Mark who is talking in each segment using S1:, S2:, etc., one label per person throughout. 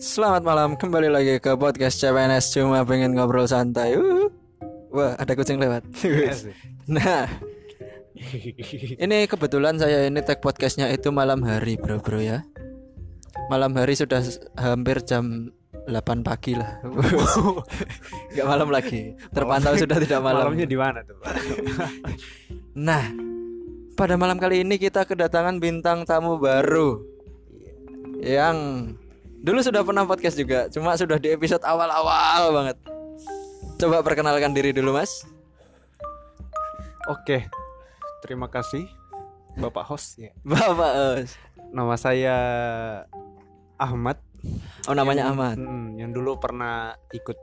S1: Selamat malam, kembali lagi ke podcast CPNS Cuma pengen ngobrol santai Wuhu. Wah, ada kucing lewat Nah, ini kebetulan saya ini tag podcastnya itu malam hari bro bro ya Malam hari sudah s- hampir jam 8 pagi lah Gak malam lagi, terpantau sudah tidak malam
S2: Malamnya di mana tuh? Pak?
S1: Nah, pada malam kali ini kita kedatangan bintang tamu baru yang dulu sudah pernah podcast juga, cuma sudah di episode awal-awal banget. Coba perkenalkan diri dulu, Mas.
S2: Oke. Terima kasih Bapak host ya.
S1: Bapak. eh, Os.
S2: Nama saya Ahmad.
S1: Oh, namanya
S2: Yang-
S1: Ahmad.
S2: Mm, yang dulu pernah ikut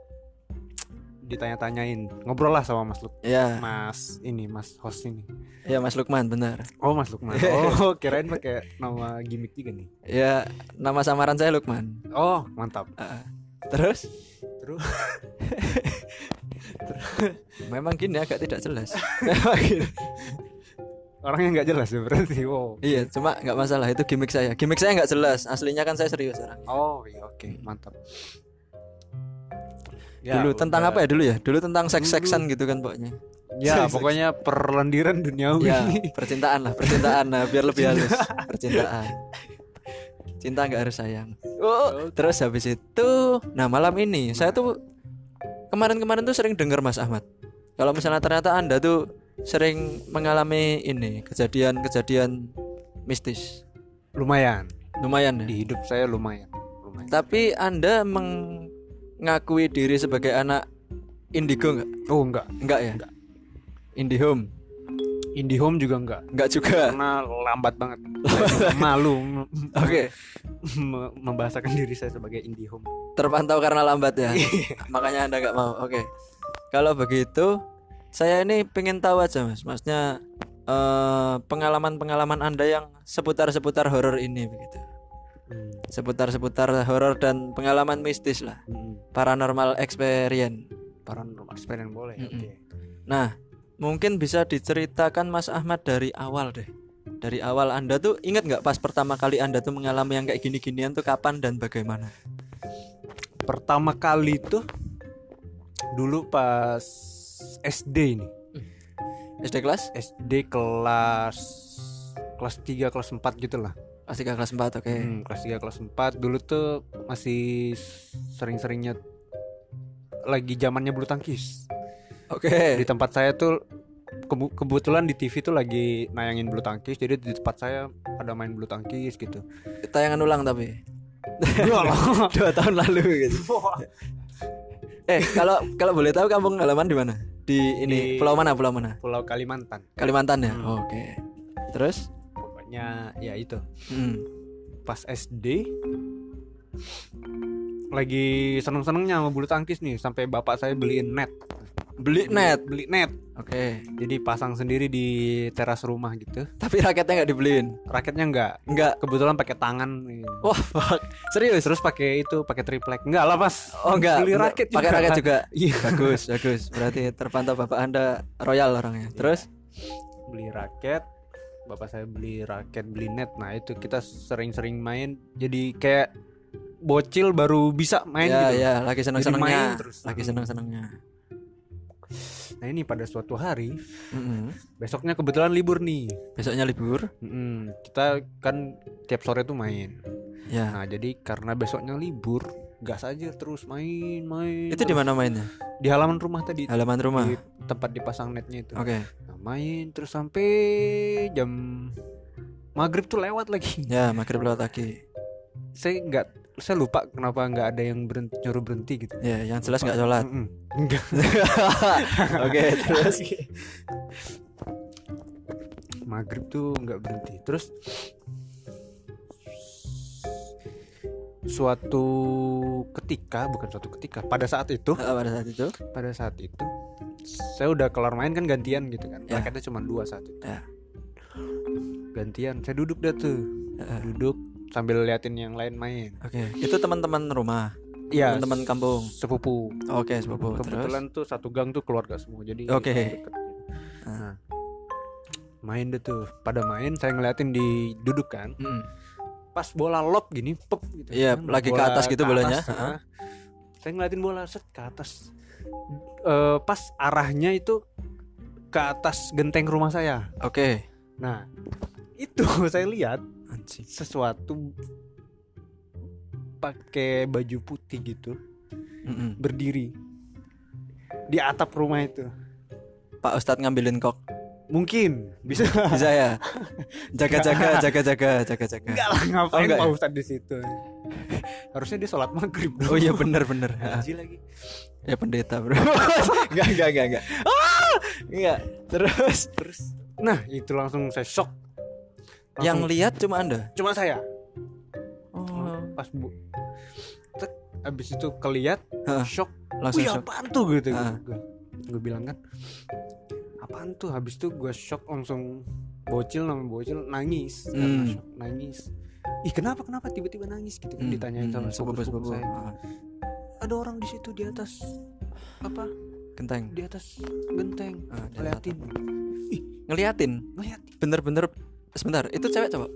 S2: ditanya-tanyain. Ngobrol lah sama Mas Luk.
S1: Ya,
S2: Mas ini Mas host ini.
S1: ya Mas Lukman, benar.
S2: Oh, Mas Lukman. Oh, kirain pakai nama gimmick juga nih.
S1: Ya, nama samaran saya Lukman.
S2: Oh, mantap.
S1: Ah, Terus?
S2: Terus
S1: Memang gini agak tidak jelas. Memang gini.
S2: orangnya nggak jelas ya berarti. Wow.
S1: Iya, cuma nggak masalah itu gimmick saya. Gimmick saya nggak jelas. Aslinya kan saya serius orang.
S2: Oh, iya, oke, mantap.
S1: dulu tentang apa ya dulu ya? Dulu tentang seks-seksan gitu kan pokoknya.
S2: Ya, pokoknya perlendiran duniawi.
S1: Ya, percintaan lah, percintaan lah, biar lebih halus. Percintaan. Cinta nggak harus sayang. Oh, terus habis itu, nah malam ini saya tuh kemarin-kemarin tuh sering dengar Mas Ahmad. Kalau misalnya ternyata Anda tuh sering mengalami ini kejadian-kejadian mistis.
S2: Lumayan.
S1: Lumayan ya.
S2: Di hidup saya lumayan. Lumayan.
S1: Tapi Anda mengakui diri sebagai anak indigo nggak?
S2: Oh, enggak.
S1: Enggak ya?
S2: Nggak.
S1: Indihome?
S2: Indihome juga enggak.
S1: Enggak juga.
S2: Karena lambat banget. Malu m-
S1: Oke.
S2: me- membahasakan diri saya sebagai Indihome.
S1: terpantau karena lambat ya makanya anda nggak mau oke kalau begitu saya ini pengen tahu aja mas masnya eh, pengalaman-pengalaman anda yang seputar-seputar horor ini begitu
S2: Hmm.
S1: seputar-seputar horor dan pengalaman mistis lah
S2: Hmm.
S1: paranormal eksperience
S2: Paranormal experience boleh. ya,
S1: Mm-mm.
S2: Oke.
S1: nah mungkin bisa diceritakan mas Ahmad dari awal deh dari awal anda tuh ingat nggak pas pertama kali anda tuh mengalami yang kayak gini-ginian tuh kapan dan bagaimana
S2: Pertama kali tuh dulu pas SD nih.
S1: SD kelas
S2: SD kelas kelas 3 kelas 4 gitu lah.
S1: kelas 3 kelas 4 oke
S2: Hmm, kelas 3 kelas 4 dulu tuh masih sering-seringnya lagi zamannya bulu tangkis.
S1: oke
S2: Di tempat saya tuh kebu- kebetulan di TV tuh lagi nayangin bulu tangkis. Jadi di tempat saya ada main bulu tangkis gitu.
S1: tayangan ulang tapi
S2: Enggak Iya lah.
S1: dua tahun lalu gitu. eh kalau kalau boleh tahu kampung halaman di mana di ini
S2: Di-
S1: pulau mana pulau mana
S2: Pulau Kalimantan.
S1: Kalimantan ya
S2: Hmm.
S1: oke terus
S2: Pokoknya ya itu.
S1: hmm.
S2: Pas SD lagi seneng-senengnya sama bulu tangkis nih sampai bapak saya beliin net
S1: beli net
S2: beli net
S1: oke
S2: jadi pasang sendiri di teras rumah gitu
S1: tapi raketnya nggak dibeliin
S2: raketnya enggak
S1: nggak
S2: kebetulan pakai tangan
S1: wah fuck. iya. serius
S2: terus pakai itu pakai triplek enggak lah mas
S1: oh enggak
S2: beli
S1: enggak.
S2: raket
S1: pakai
S2: juga.
S1: raket juga
S2: iya
S1: bagus bagus berarti terpantau bapak anda royal orangnya terus
S2: beli raket bapak saya beli raket beli net nah itu kita sering-sering main jadi kayak bocil baru bisa main
S1: ya
S2: gitu
S1: ya lagi senang
S2: Jadi main
S1: senangnya
S2: terus. Hmm.
S1: lagi senang senangnya
S2: nah ini pada suatu hari Hmm. besoknya kebetulan libur nih
S1: besoknya libur
S2: Mm-mm, kita kan tiap sore tuh main
S1: ya
S2: nah jadi karena besoknya libur gas aja terus main main
S1: itu di
S2: terus.
S1: mana mainnya
S2: di halaman rumah tadi
S1: halaman rumah
S2: di tempat dipasang netnya itu
S1: oke
S2: Nah, main terus sampai jam maghrib tuh lewat lagi.
S1: ya maghrib lewat lagi
S2: Saya nggak, saya lupa kenapa nggak ada yang berhenti, nyuruh berhenti gitu.
S1: Ya, yang jelas nggak sholat.
S2: Mm-mm. Nggak.
S1: Oke, terus.
S2: maghrib tuh nggak berhenti. Terus suatu ketika, bukan suatu ketika, pada saat itu,
S1: Nah, pada saat itu,
S2: pada saat itu saya udah kelar main kan gantian gitu kan.
S1: Ya.
S2: Raketnya cuma dua saat itu.
S1: Ya.
S2: Gantian, saya duduk dah tuh.
S1: Heeh.
S2: duduk sambil liatin yang lain main.
S1: oke, itu teman-teman rumah,
S2: Iya,
S1: teman-teman kampung.
S2: sepupu.
S1: Oke, sepupu. Terus,
S2: Kebetulan tuh satu gang tuh keluarga semua. Jadi
S1: Oke. Ah.
S2: deket. Nah, main deh tuh. Pada main saya ngeliatin di duduk kan.
S1: Mm.
S2: pas bola lob gini pep gitu
S1: Iya,
S2: kan,
S1: lagi ke
S2: bola
S1: atas gitu bolanya.
S2: nah. saya ngeliatin bola set ke atas Eh, pas arahnya itu ke atas genteng rumah saya
S1: Oke.
S2: nah itu saya lihat
S1: Anjing.
S2: sesuatu pakai baju putih gitu
S1: Mm-mm.
S2: berdiri di atap rumah itu
S1: Pak Ustadz ngambilin kok.
S2: mungkin bisa
S1: Bisa ya? Jaga-jaga, jaga-jaga, jaga-jaga.
S2: enggak lah ngapain
S1: enggak
S2: Pak
S1: ya?
S2: Ustadz di situ harusnya dia sholat maghrib dong.
S1: Oh iya bener-bener
S2: Ngaji lagi
S1: Ya pendeta bro Enggak, enggak, enggak, enggak Ah! Enggak Terus
S2: terus nah itu langsung saya shock
S1: Yang
S2: Langsung-
S1: lihat cuma anda?
S2: cuma saya
S1: Oh
S2: pas bu Tek, abis itu keliat
S1: Heeh.
S2: shock
S1: Langsung
S2: wih
S1: shock
S2: apaan tuh gitu
S1: Heeh.
S2: gue gue bilang kan apaan tuh habis itu gue shock langsung bocil namanya bocil nangis karena
S1: Hmm.
S2: shock, nangis ih kenapa kenapa tiba-tiba nangis gitu kan
S1: Hmm,
S2: ditanyain
S1: hmm,
S2: sama sepupu
S1: sepupu-sepupu.
S2: saya
S1: Ah,
S2: ada orang di situ di atas apa
S1: Kenteng
S2: di atas
S1: Ah,
S2: genteng
S1: di atas
S2: ngeliatin ih
S1: Ngeliatin
S2: ngeliat
S1: Bener-bener Sebentar itu cewek cowok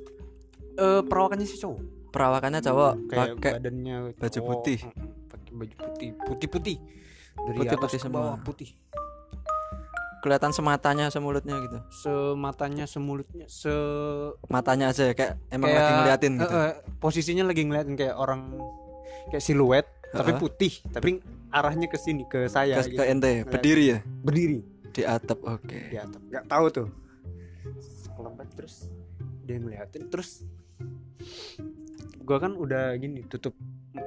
S2: Eh, perawakannya si cowok
S1: Perawakannya cowok
S2: Hmm, kayak
S1: Pakai
S2: badannya
S1: baju
S2: cowok,
S1: putih.
S2: mm, pakai baju putih putih putih dari
S1: Putih-putih
S2: atas ke
S1: semua.
S2: bawah putih
S1: Kelihatan sematanya semulutnya gitu
S2: sematanya semulutnya se
S1: Matanya aja ya Kayak emang
S2: kayak-
S1: lagi ngeliatin gitu
S2: eh, eh, posisinya lagi ngeliatin kayak orang kayak siluet tapi
S1: Heeh.
S2: putih tapi arahnya ke sini
S1: Ke,
S2: ke saya
S1: ke
S2: gitu.
S1: ente ya? Berdiri ya?
S2: berdiri
S1: Di atap oke
S2: di atap nggak tahu tuh kelembat terus dia ngeliatin terus gua kan udah gini tutup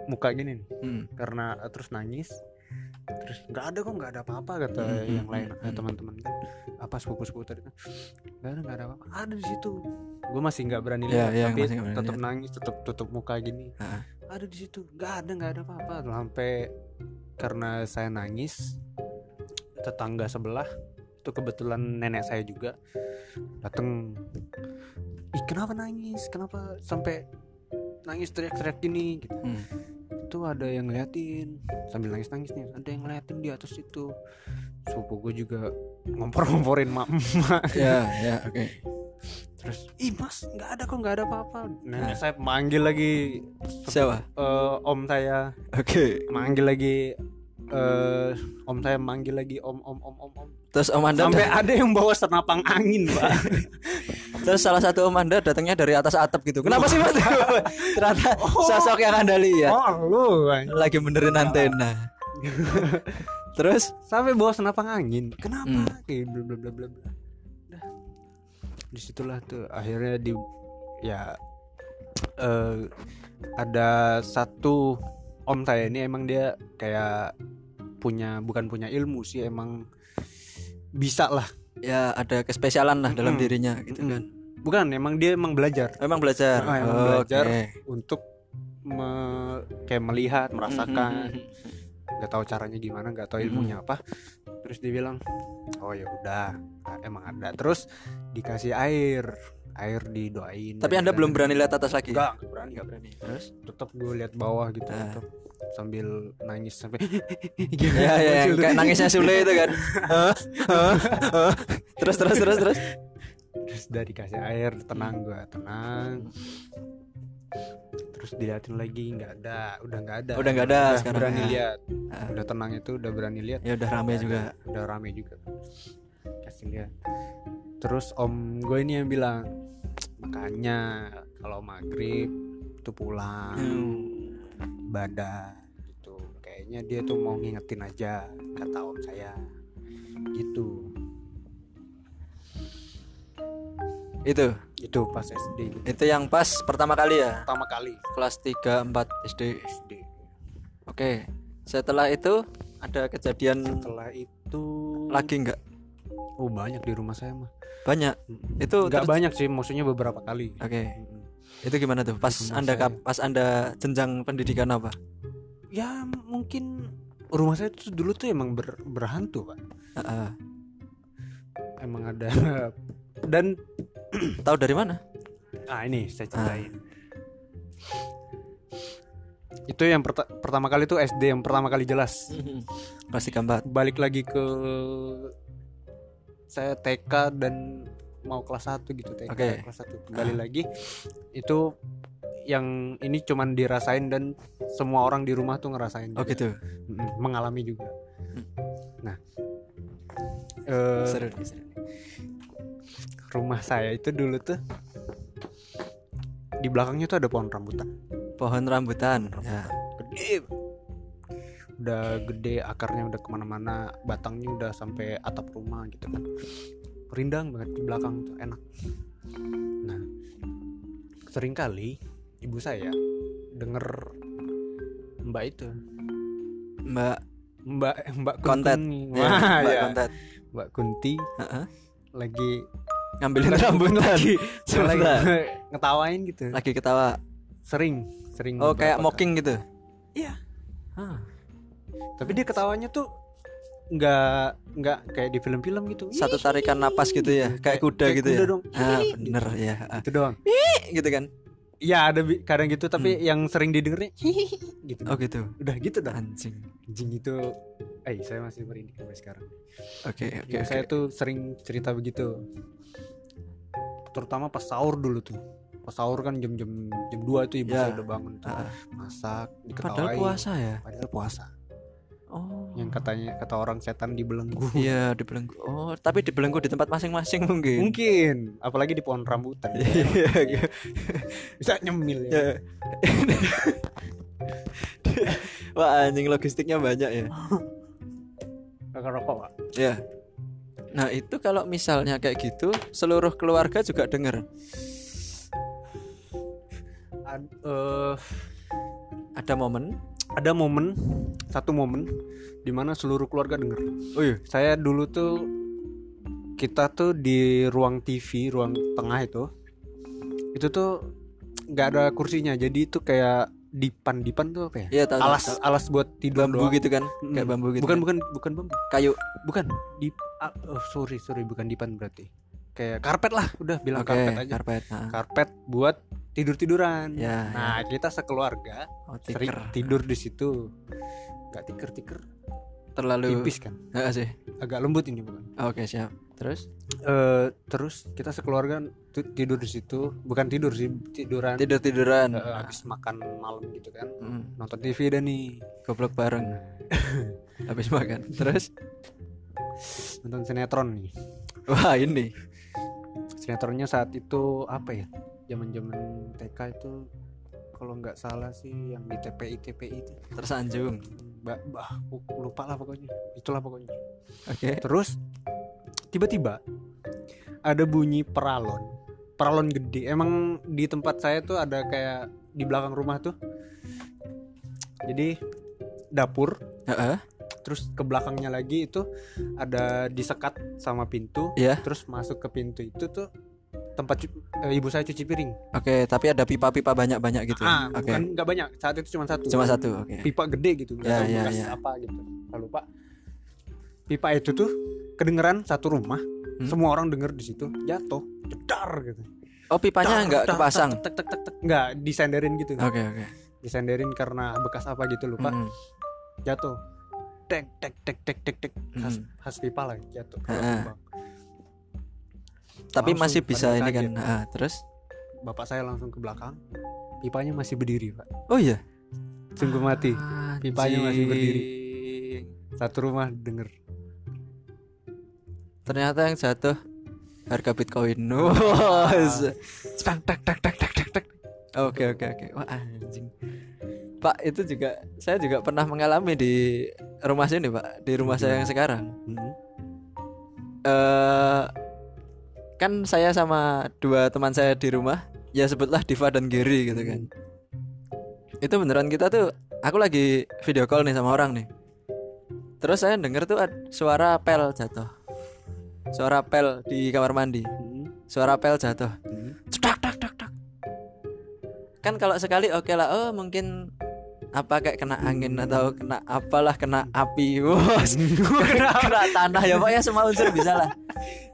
S2: muka gini nih
S1: Hmm.
S2: karena eh, terus nangis terus nggak ada kok nggak ada apa-apa kata
S1: Hmm, hmm,
S2: yang lain
S1: hmm,
S2: eh,
S1: hmm.
S2: teman-teman kan apa sepupu-sepupu tadi kan nggak ada nggak ada apa-apa ada di situ gue masih nggak berani
S1: Iya,
S2: lihat
S1: iya,
S2: tapi
S1: masih nggak berani
S2: tetap nangis tetap tutup muka gini
S1: Ah.
S2: ada di situ nggak ada nggak ada apa-apa sampai karena saya nangis tetangga sebelah itu kebetulan nenek saya juga dateng ih kenapa nangis kenapa sampai nangis teriak-teriak gini gitu
S1: Hmm.
S2: itu ada yang ngeliatin sambil nangis nangis nih ada yang ngeliatin di atas itu sepupu gue juga ngompor-ngomporin mak
S1: Ya ya oke
S2: terus ih mas nggak ada kok nggak ada apa-apa
S1: Nah.
S2: nenek saya manggil lagi
S1: Siapa?
S2: eh, om saya
S1: Oke
S2: manggil lagi eh om saya manggil lagi om om om om om
S1: Terus om anda
S2: sampai ada yang bawa senapang angin pak
S1: Terus salah satu om anda datangnya dari atas atap gitu. Kenapa sih mas? Ternyata
S2: Oh.
S1: sosok yang anda lihat
S2: oh Iya. lu Bang.
S1: lagi benerin antena. Terus
S2: sampai bawa senapang angin kenapa
S1: Hmm.
S2: kayak bla bla bla bla bla Dah. disitulah tuh akhirnya di ya eh ada satu om saya ini emang dia kayak punya bukan punya ilmu sih emang bisa lah
S1: ya ada kespesialan lah dalam
S2: Mm-mm.
S1: dirinya gitu
S2: Mm-mm.
S1: kan.
S2: bukan emang dia emang belajar
S1: Emang belajar.
S2: Ah, emang
S1: Oke.
S2: belajar. untuk me- kayak melihat
S1: Hmm,
S2: merasakan
S1: Mm-mm.
S2: nggak tahu caranya gimana nggak tahu
S1: Mm-mm.
S2: ilmunya apa terus dia bilang oh ya udah ah, emang ada terus dikasih air air didoain
S1: Tapi anda belum berani lihat atas lagi.
S2: enggak berani nggak berani
S1: Terus?
S2: tetap gue lihat bawah gitu
S1: Ah.
S2: tetep sambil nangis sampai
S1: Ya ya yang
S2: Muncul tuh.
S1: kayak nangisnya Sule itu kan. Hah? Hah? Hah? terus terus terus terus.
S2: terus udah dikasih air tenang gue tenang terus diliatin lagi nggak ada udah nggak ada
S1: Udah nggak ada
S2: udah
S1: sekarang
S2: berani
S1: ya.
S2: lihat
S1: Ah.
S2: udah tenang itu udah berani lihat
S1: Ya udah rame juga.
S2: udah rame juga kasih lihat terus om gue ini yang bilang makanya kalau maghrib itu pulang
S1: Hmm.
S2: ibadah gitu kayaknya dia tuh mau ngingetin aja kata om saya gitu
S1: Itu
S2: itu pas SD gitu.
S1: itu yang pas pertama kali ya
S2: pertama kali
S1: kelas 3 4 SD.
S2: SD
S1: Oke, setelah itu ada kejadian
S2: setelah itu
S1: lagi nggak?
S2: oh banyak di rumah saya mah
S1: Banyak. Itu
S2: nggak
S1: ter-
S2: banyak sih maksudnya beberapa kali
S1: Oke, itu gimana tuh? Pas
S2: Rumah
S1: anda
S2: saya.
S1: kap- pas anda jenjang pendidikan apa?
S2: ya mungkin rumah saya tuh dulu tuh emang ber- berhantu pak
S1: Heeh.
S2: emang ada dan
S1: Tahu dari mana?
S2: ah ini saya ceritain itu yang perta- pertama kali tuh SD yang pertama kali jelas
S1: Kelas 3 4.
S2: balik lagi ke saya TK dan mau kelas 1 gitu TK
S1: Oke.
S2: kelas 1 kembali lagi itu yang ini cuman dirasain dan semua orang di rumah tuh ngerasain
S1: Oh
S2: juga.
S1: gitu.
S2: Mm, mengalami juga nah eh,
S1: Seru nih, seru. nih.
S2: rumah saya itu dulu tuh di belakangnya tuh ada pohon rambutan
S1: Pohon rambutan. Ya.
S2: gede udah gede akarnya udah kemana-mana batangnya udah sampai atap rumah gitu kan rindang banget di belakang tuh enak nah seringkali ibu saya denger mbak itu
S1: Mbak
S2: mbak mbak
S1: Kontet.
S2: Kunti
S1: ya,
S2: Wah,
S1: Mbak
S2: ya.
S1: Kontet.
S2: mbak Kunti
S1: Heeh.
S2: lagi
S1: Ngambilin rambutan.
S2: lagi, lagi
S1: Sebentar.
S2: ngetawain gitu
S1: Lagi ketawa.
S2: sering sering
S1: Oh kayak
S2: beberapa
S1: mocking gitu.
S2: tapi dia ketawanya tuh nggak nggak kayak di film-film gitu
S1: Satu tarikan napas gitu ya, kayak kuda
S2: Kayak
S1: gitu
S2: kuda
S1: ya.
S2: dong.
S1: Ah, bener ya. Ah,
S2: itu doang
S1: Gitu kan.
S2: ya ada bi- kadang gitu tapi
S1: Hmm.
S2: yang sering didengarnya gitu
S1: Oh gitu.
S2: udah gitu dah
S1: Anjing.
S2: anjing itu eh saya masih merinding sampai sekarang
S1: Oke, oke,
S2: Ibu
S1: oke.
S2: saya tuh sering cerita begitu terutama pas sahur dulu tuh pas sahur kan jam-jam jam 2 itu ibu
S1: Ya.
S2: saya udah bangun tuh
S1: Ah, ah.
S2: masak diketawain
S1: Padahal puasa ya.
S2: padahal puasa
S1: Oh.
S2: yang katanya kata orang setan dibelenggu
S1: Iya dibelenggu. Oh, tapi dibelenggu di tempat masing-masing mungkin.
S2: mungkin apalagi di pohon rambutan
S1: Iya.
S2: bisa nyemil ya
S1: Ya. Wah anjing logistiknya banyak ya.
S2: rokok rokok Pak.
S1: Ya. Nah itu kalau misalnya kayak gitu seluruh keluarga juga denger
S2: Ad- eh,
S1: ada momen.
S2: ada momen satu momen dimana seluruh keluarga denger
S1: Oh iya.
S2: saya dulu tuh kita tuh di ruang TV ruang tengah itu itu tuh nggak ada kursinya jadi itu kayak dipan dipan tuh apa ya
S1: Iya tahu. tahu,
S2: alas
S1: tahu.
S2: alas buat tidur
S1: bambu
S2: doang.
S1: gitu kan,
S2: Mm.
S1: kayak bambu gitu.
S2: bukan
S1: kan.
S2: bukan bukan bambu
S1: kayu.
S2: bukan di ah, oh, sorry sorry bukan dipan berarti kayak karpet lah udah bilang
S1: Oke,
S2: karpet aja
S1: karpet. Nah,
S2: karpet buat tidur tiduran
S1: Ya,
S2: nah kita sekeluarga
S1: oh,
S2: sering
S1: tiker.
S2: tidur di situ nggak tiker tiker
S1: Terlalu
S2: tipis kan
S1: Heeh sih.
S2: agak lembut ini bukan
S1: Oke, siap. Terus
S2: Eh, terus kita sekeluarga tu- tidur di situ bukan tidur sih tiduran
S1: tidur-tiduran.
S2: Eh, habis makan malam gitu kan
S1: Mm.
S2: nonton TV dan nih
S1: Goblok bareng habis makan. Terus
S2: nonton sinetron nih
S1: wah ini.
S2: sinetronnya saat itu apa ya zaman zaman TK itu kalau nggak salah sih yang di TPI TPI itu
S1: tersanjung.
S2: mbak bah lupa lah pokoknya itulah pokoknya
S1: Oke.
S2: terus tiba-tiba ada bunyi peralon peralon gede emang di tempat saya tuh ada kayak di belakang rumah tuh jadi dapur
S1: Heeh.
S2: terus ke belakangnya lagi itu ada disekat sama pintu
S1: Iya.
S2: terus masuk ke pintu itu tuh tempat cu- eh, ibu saya cuci piring
S1: Oke, tapi ada pipa-pipa banyak-banyak gitu.
S2: ah
S1: Oke.
S2: bukan nggak banyak saat itu cuma satu
S1: Cuma satu. Oke.
S2: pipa gede gitu nggak
S1: Ya,
S2: tahu
S1: ya,
S2: bekas
S1: ya.
S2: apa gitu Saya lupa pipa itu tuh kedengeran satu rumah
S1: Hmm?
S2: semua orang denger di situ jatuh jedar gitu
S1: Oh, pipanya
S2: Dar,
S1: enggak
S2: dar,
S1: kepasang. Hmm.
S2: tek tek tek tek nggak disenderin gitu
S1: Oke, oke. Hmm.
S2: disenderin karena bekas apa gitu lupa
S1: Mm-mm.
S2: jatuh tek tek tek tek tek tek khas,
S1: Mm.
S2: khas pipa lah jatuh ke
S1: Heeh.
S2: lubang.
S1: Tapi
S2: Langsung
S1: masih
S2: pada
S1: bisa ini
S2: kaget.
S1: kan. Ah, terus?
S2: bapak saya langsung ke belakang pipanya masih berdiri pak
S1: Oh iya.
S2: sungguh mati
S1: Ah.
S2: Pipanya masih berdiri.
S1: Anjing.
S2: satu rumah denger
S1: Ternyata yang jatuh harga Bitcoin.
S2: Ah.
S1: Spang tak tak tak tak tak tak. Oke, oke, oke. Wah, anjing. Pak, itu juga saya juga pernah mengalami di rumah sini, Pak. Di rumah saya yang sekarang.
S2: Hmm.
S1: eh kan saya sama dua teman saya di rumah ya sebutlah Diva dan Giri gitu kan itu beneran kita tuh aku lagi video call nih sama orang nih terus saya denger tuh ad- suara pel jatuh suara pel di kamar mandi
S2: Hmm.
S1: suara pel jatuh
S2: Hmm.
S1: cedak dak dak dak kan kalau sekali oke lah oh mungkin apa kayak kena angin atau kena apalah kena api Wos, kena, kena tanah ya pokoknya semua unsur bisa lah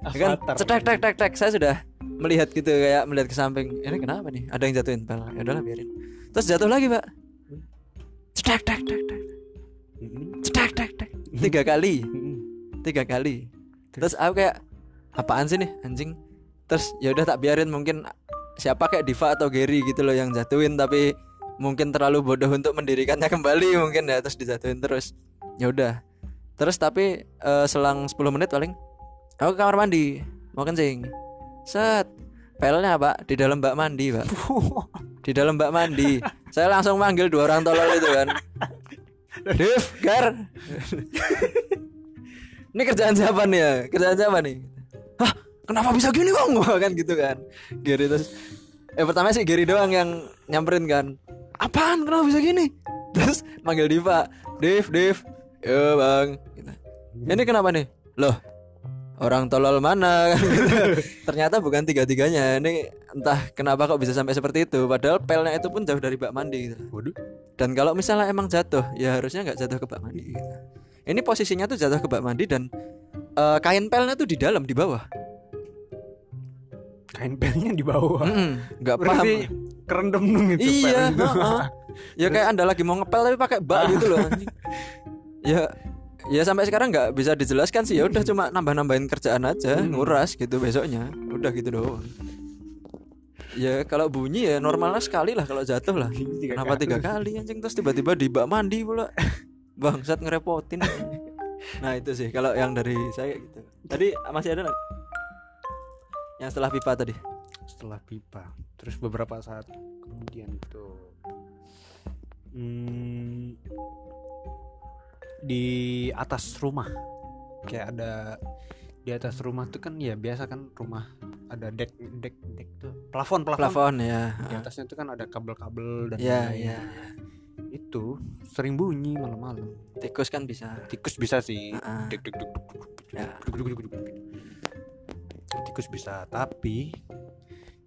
S1: Ya kan
S2: Avatar.
S1: cetek tek tek tek saya sudah melihat gitu kayak melihat ke samping ini kenapa nih ada yang jatuhin pel ya udahlah biarin terus jatuh lagi pak cetek tek tek tek
S2: Hmm.
S1: cetek tek tek tiga kali
S2: Hmm.
S1: tiga kali terus aku kayak apaan sih nih anjing terus ya udah tak biarin mungkin siapa kayak Diva atau Gary gitu loh yang jatuhin tapi mungkin terlalu bodoh untuk mendirikannya kembali mungkin ya terus dijatuhin terus ya udah terus tapi eh, selang 10 menit paling aku ke kamar mandi mau kencing set pelnya pak di dalam bak mandi pak di dalam bak mandi saya langsung manggil dua orang tolol itu kan Div, Gar ini kerjaan siapa nih ya kerjaan siapa nih hah kenapa bisa gini bang Wah, kan gitu kan Gary terus eh pertama sih Gary doang yang nyamperin kan apaan kenapa bisa gini terus manggil Diva Div Div yo bang Gitu. ini kenapa nih loh orang tolol mana kan gitu. ternyata bukan tiga tiganya ini entah kenapa kok bisa sampai seperti itu padahal pelnya itu pun jauh dari bak mandi gitu.
S2: Waduh.
S1: Dan kalau misalnya emang jatuh, ya harusnya nggak jatuh ke bak mandi. gitu. Ini posisinya tuh jatuh ke bak mandi dan eh, kain pelnya tuh di dalam di bawah.
S2: Kain belnya di bawah.
S1: Mm-mm, Hmm. Nggak paham.
S2: Berarti kerendam dong itu
S1: Iya.
S2: pelnya.
S1: heeh. ya kayak anda lagi mau ngepel tapi pakai bak gitu loh. anjing. ya ya sampai sekarang nggak bisa dijelaskan sih. Ya udah cuma nambah-nambahin kerjaan aja, nguras gitu besoknya. Udah gitu doang. Ya kalau bunyi ya normalnya sekali lah kalau jatuh lah.
S2: Ini tiga
S1: Kenapa
S2: kali.
S1: tiga kali anjing terus tiba-tiba di bak mandi pula. Bangsat ngerepotin. nah, itu sih kalau yang dari saya gitu. Tadi masih ada nggak? Yang setelah pipa tadi.
S2: setelah pipa terus beberapa saat kemudian itu hmm, di atas rumah kayak ada di atas rumah tuh kan ya biasa kan rumah ada dek dek dek tuh plafon plafon,
S1: Plafon ya.
S2: di atasnya tuh kan ada kabel-kabel dan
S1: Ya,
S2: lain-lain.
S1: ya.
S2: itu sering bunyi malam-malam
S1: Tikus kan bisa.
S2: tikus bisa sih
S1: Heeh.
S2: Dek, dek, dek, dek, dek, dek,
S1: Ya.
S2: dek, dek, dek, dek, dek. tikus bisa tapi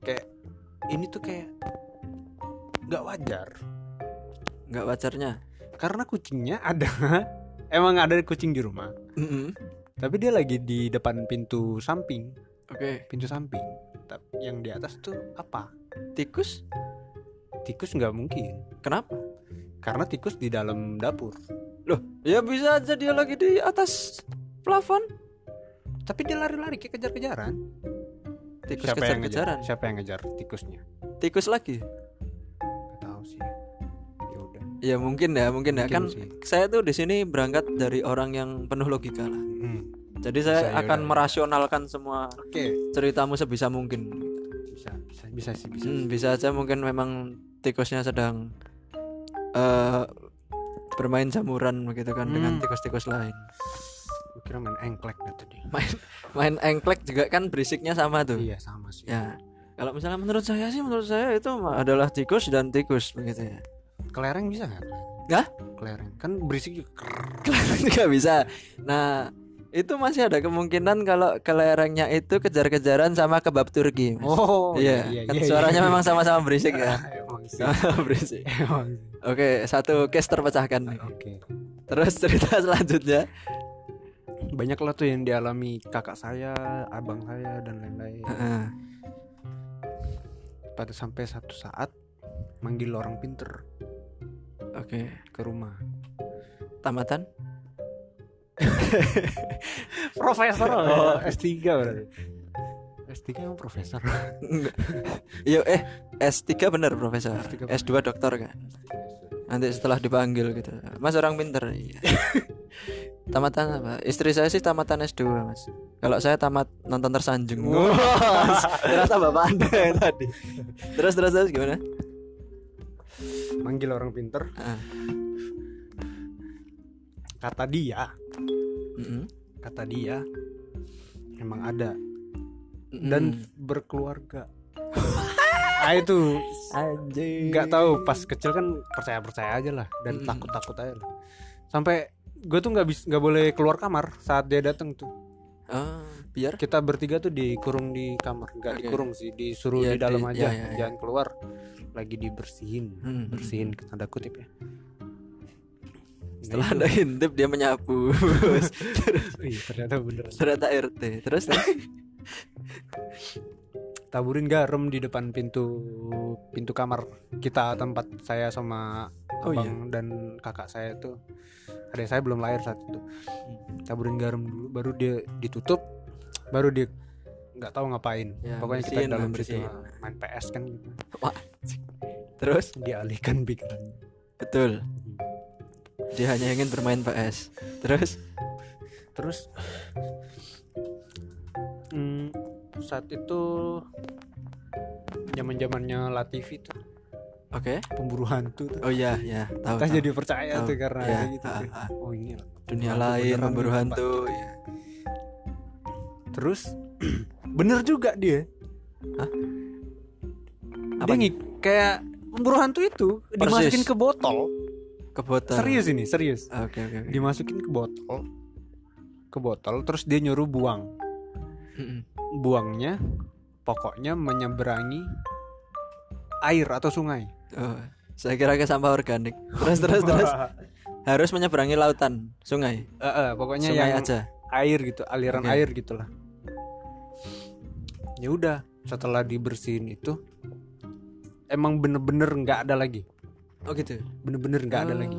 S2: kayak ini tuh kayak nggak wajar
S1: nggak wajarnya.
S2: karena kucingnya ada emang ada kucing di rumah tapi dia lagi di depan pintu samping
S1: Oke.
S2: pintu samping Tapi yang di atas tuh apa
S1: Tikus?
S2: tikus nggak mungkin
S1: Kenapa?
S2: karena tikus di dalam dapur
S1: Ya bisa aja dia lagi di atas plafon.
S2: tapi dia lari-lari kayak kejar-kejaran
S1: Tikus
S2: siapa yang ngejar
S1: kejar-kejaran.
S2: siapa yang ngejar tikusnya
S1: Tikus lagi.
S2: nggak tahu sih ya udah
S1: Ya mungkin ya, mungkin ya
S2: Mungkin
S1: kan
S2: sih.
S1: saya tuh di sini berangkat dari orang yang penuh logika lah.
S2: Hmm.
S1: Jadi saya
S2: Bisa,
S1: akan
S2: yaudah.
S1: merasionalkan semua
S2: oke
S1: ceritamu sebisa mungkin.
S2: bisa bisa bisa sih bisa
S1: Hmm, bisa aja mungkin memang tikusnya sedang eh bermain jamuran begitu kan dengan
S2: Hmm.
S1: tikus-tikus lain.
S2: Gua kira main engklek dah tadi
S1: Main engklek juga kan berisiknya sama tuh.
S2: iya sama sih
S1: Ya. Kalau misalnya menurut saya sih menurut saya itu mah adalah tikus dan tikus begitu ya.
S2: kelereng bisa nggak
S1: Hah?
S2: kelereng kan berisik juga Krrrr.
S1: Kelereng juga bisa. Nah, itu masih ada kemungkinan kalau kelerengnya itu kejar-kejaran sama kebab Turki. Mas.
S2: oh
S1: iya, kan suaranya memang sama-sama berisik ya.
S2: emang sih
S1: Sama-sama berisik.
S2: emang sih.
S1: Oke, satu case terpecahkan nih.
S2: oke
S1: Terus cerita selanjutnya.
S2: banyak lah tuh yang dialami kakak saya abang saya dan lain-lain
S1: Heeh.
S2: pada sampai satu saat manggil orang pinter
S1: Oke,
S2: ke rumah
S1: tamatan.
S2: profesor
S1: Oh.
S2: S3 berarti S3 emang profesor
S1: Enggak. Yo eh S3 bener profesor.
S2: S3 bener.
S1: S2 dokter kan. Nanti setelah dipanggil gitu. Mas orang pinter. Iya. tamatan apa? Istri saya sih tamatan S2, Mas. Kalau saya tamat nonton tersanjung. ternyata bapak Anda yang tadi. Terus terus terus gimana?
S2: manggil orang pinter
S1: Ah.
S2: kata dia
S1: Mm-mm.
S2: kata dia emang ada
S1: Hmm. Mm-mm.
S2: dan berkeluarga ah itu
S1: anjing.
S2: nggak tahu pas kecil kan percaya percaya aja lah dan
S1: Mm-mm.
S2: takut takut aja lah sampai gue tuh nggak bisa nggak boleh keluar kamar saat dia datang tuh
S1: Ah, biar
S2: kita bertiga tuh dikurung di kamar nggak
S1: Oke.
S2: dikurung sih disuruh
S1: Iya,
S2: di dalam
S1: di- iya,
S2: aja
S1: iya, iya.
S2: jangan keluar lagi
S1: Mm-mm.
S2: dibersihin Hmm, bersihin
S1: Hmm.
S2: tanda kutip
S1: Iya,
S2: ya Nah,
S1: Setelah
S2: itu-
S1: ada intip dia menyapu.
S2: Iya, ternyata bener
S1: ternyata RT. Terus
S2: taburin garam di depan pintu pintu kamar kita tempat saya sama
S1: Oh,
S2: abang dan kakak saya itu adik saya
S1: Hmm.
S2: belum lahir saat itu taburin garam dulu baru dia ditutup baru dia nggak tahu ngapain
S1: Ya,
S2: pokoknya
S1: bersihin
S2: kita dalam
S1: lah,
S2: situ
S1: bersihin.
S2: main PS kan gitu.
S1: Wah. Terus
S2: dialihkan pikirannya
S1: betul.
S2: Hmm.
S1: Dia hanya ingin bermain PS. Terus
S2: terus mm, saat itu zaman zamannya Latifi tuh
S1: oke.
S2: pemburu hantu tuh
S1: Oh iya, ya, tahu.
S2: kita
S1: tahu.
S2: jadi percaya
S1: Tahu.
S2: tuh karena
S1: Ya,
S2: ada gitu
S1: ah,
S2: tuh.
S1: ah.
S2: oh ini lah.
S1: dunia
S2: Hantu
S1: lain
S2: beneran
S1: pemburu
S2: nih,
S1: hantu. ya.
S2: terus bener juga dia
S1: Hah?
S2: dia
S1: Apanya?
S2: ngik kayak pemburu hantu itu dimasukin ke botol
S1: Ke botol.
S2: serius ini serius
S1: Ah, Oke, oke, oke.
S2: dimasukin ke botol ke botol terus dia nyuruh buang
S1: Mm-mm.
S2: buangnya pokoknya menyeberangi air atau sungai
S1: Oh, saya kira ke sampah organik. Terus terus terus harus menyeberangi lautan, sungai.
S2: Eh, eh, pokoknya
S1: Sungai
S2: yang
S1: aja.
S2: air gitu aliran
S1: Oke.
S2: air gitulah ya udah setelah dibersihin itu emang bener-bener nggak ada lagi
S1: Oh gitu.
S2: bener-bener nggak ada
S1: Oh,
S2: lagi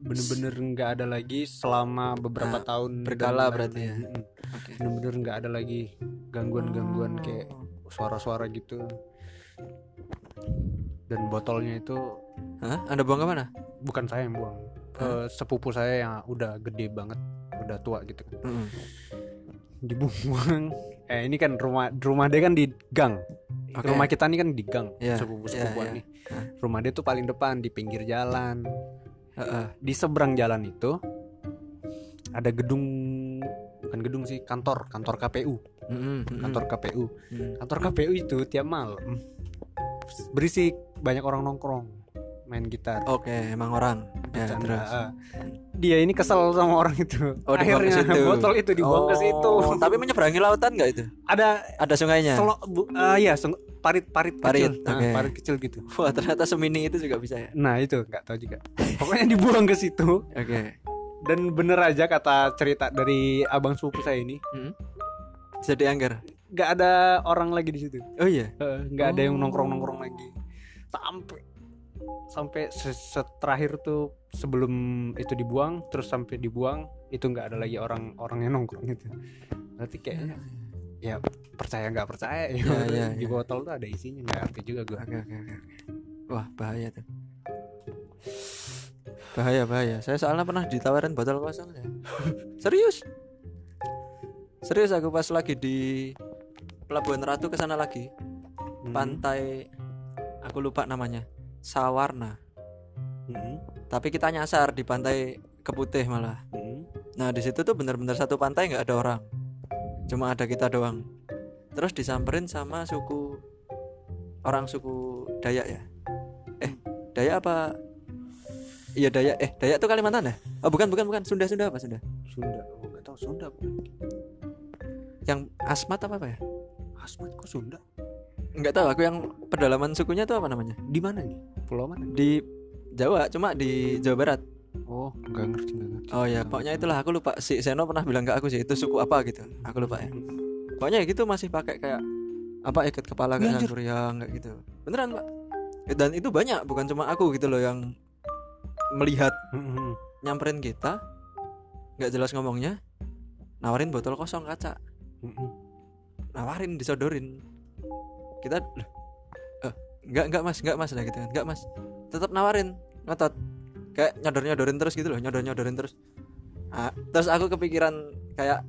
S2: bener-bener nggak ada lagi selama beberapa
S1: Nah,
S2: tahun dan
S1: berkala
S2: lain-lain.
S1: berarti ya.
S2: Mm-mm.
S1: Oke. Ah.
S2: bener-bener nggak ada lagi gangguan-gangguan kayak suara-suara gitu dan botolnya itu
S1: Hah? Anda buang ke mana?
S2: bukan saya yang buang Eh, sepupu saya yang udah gede banget udah tua gitu kan
S1: Mm-mm.
S2: dibuang eh ini kan rumah rumah dia kan di gang
S1: Oke.
S2: rumah kita nih kan di gang
S1: Iya,
S2: sepupu
S1: iya,
S2: sepupuan
S1: iya.
S2: nih rumah dia tuh paling depan di pinggir jalan
S1: Heeh.
S2: di seberang jalan itu ada gedung bukan gedung sih kantor kantor KPU
S1: Mm-mm, mm-mm.
S2: kantor KPU
S1: Mm.
S2: kantor KPU itu tiap malam berisik banyak orang nongkrong main gitar
S1: Oke, emang orang. Ya,
S2: bercanda.
S1: terus.
S2: Ah. dia ini kesel sama orang itu
S1: Oh, dibuang ke
S2: akhirnya
S1: situ.
S2: botol itu dibuang ke situ
S1: Oh, Tapi menyeberangi lautan nggak itu?
S2: ada
S1: Ada sungainya.
S2: selok bu, ah, iya seng- parit parit,
S1: Hmm. Parit,
S2: kecil Ah,
S1: oke.
S2: parit kecil gitu
S1: Wah, ternyata semini itu juga bisa ya.
S2: nah itu nggak tahu juga pokoknya dibuang ke situ
S1: Oke.
S2: dan bener aja kata cerita dari abang sepupu saya ini
S1: Mm. Jadi angker.
S2: nggak ada orang lagi di situ
S1: Oh iya.
S2: Eh, nggak ada yang
S1: Oh.
S2: nongkrong nongkrong lagi sampai sampai se- se- terakhir tuh sebelum itu dibuang terus sampai dibuang itu nggak ada lagi orang orang yang nongkrong gitu berarti kayaknya ya percaya nggak percaya ya,
S1: Ya, ya,
S2: di
S1: ya.
S2: botol tuh ada isinya nggak ngerti juga gue
S1: Oke, oke, oke. oke. Wah, bahaya tuh. Bahaya, bahaya. Saya soalnya pernah ditawarin botol kosong ya. Serius. Serius aku pas lagi di Pelabuhan Ratu ke sana lagi. Pantai aku lupa namanya. Sawarna.
S2: Hmm,
S1: Tapi kita nyasar di pantai Keputih malah.
S2: hmm, hmm.
S1: Nah, di situ tuh bener-bener satu pantai nggak ada orang. Cuma ada kita doang. Terus disamperin sama suku orang suku Dayak ya. Eh, Dayak apa? Iya Dayak. Eh, Dayak tuh Kalimantan ya? Oh, bukan bukan bukan. Sunda Sunda apa Sunda?
S2: Sunda oh, nggak tahu Sunda apa
S1: Yang Asmat apa apa ya?
S2: Asmat kok Sunda
S1: Nggak tahu aku yang pedalaman sukunya tuh apa namanya?
S2: di mana nih pulau mana
S1: Di Jawa, cuma di Jawa Barat.
S2: oh nggak ngerti nggak ngerti
S1: Oh ya, pokoknya itulah aku lupa si Seno pernah bilang ke aku sih itu suku apa gitu. Aku lupa ya. Pokoknya ya gitu masih pakai kayak apa ikat kepala
S2: Ya,
S1: kayak
S2: anjir.
S1: yang kayak gitu. Beneran, Pak. Eh, Dan itu banyak bukan cuma aku gitu loh yang melihat
S2: Hmm, hmm, hmm.
S1: nyamperin kita nggak jelas ngomongnya nawarin botol kosong kaca
S2: Hmm, hmm.
S1: nawarin disodorin kita "Loh, eh, nggak nggak mas nggak mas lah gitu kan nggak mas tetap nawarin ngotot kayak nyodor nyodorin terus gitu loh nyodor nyodorin terus Ah, terus aku kepikiran kayak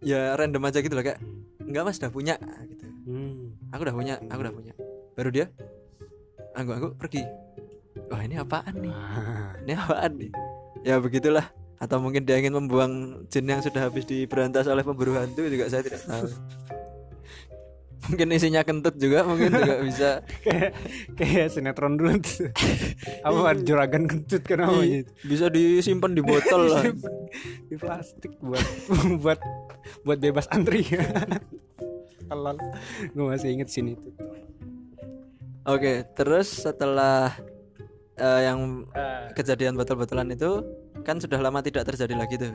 S1: ya random aja gitu loh kayak nggak mas udah punya Ah, gitu
S2: Hmm.
S1: aku udah punya aku udah punya baru dia anggu anggu pergi wah ini apaan nih
S2: Ah.
S1: ini apaan nih ya begitulah atau mungkin dia ingin membuang jin yang sudah habis diberantas oleh pemburu hantu juga saya tidak tahu mungkin isinya kentut juga mungkin juga bisa
S2: kayak kayak sinetron dulu tuh. apa juragan kentut kan
S1: Ih,
S2: namanya
S1: bisa disimpan di botol lah
S2: di plastik buat buat buat bebas antri Tolol. gue masih inget sini tuh
S1: oke terus setelah eh, yang kejadian botol-botolan itu kan sudah lama tidak terjadi lagi tuh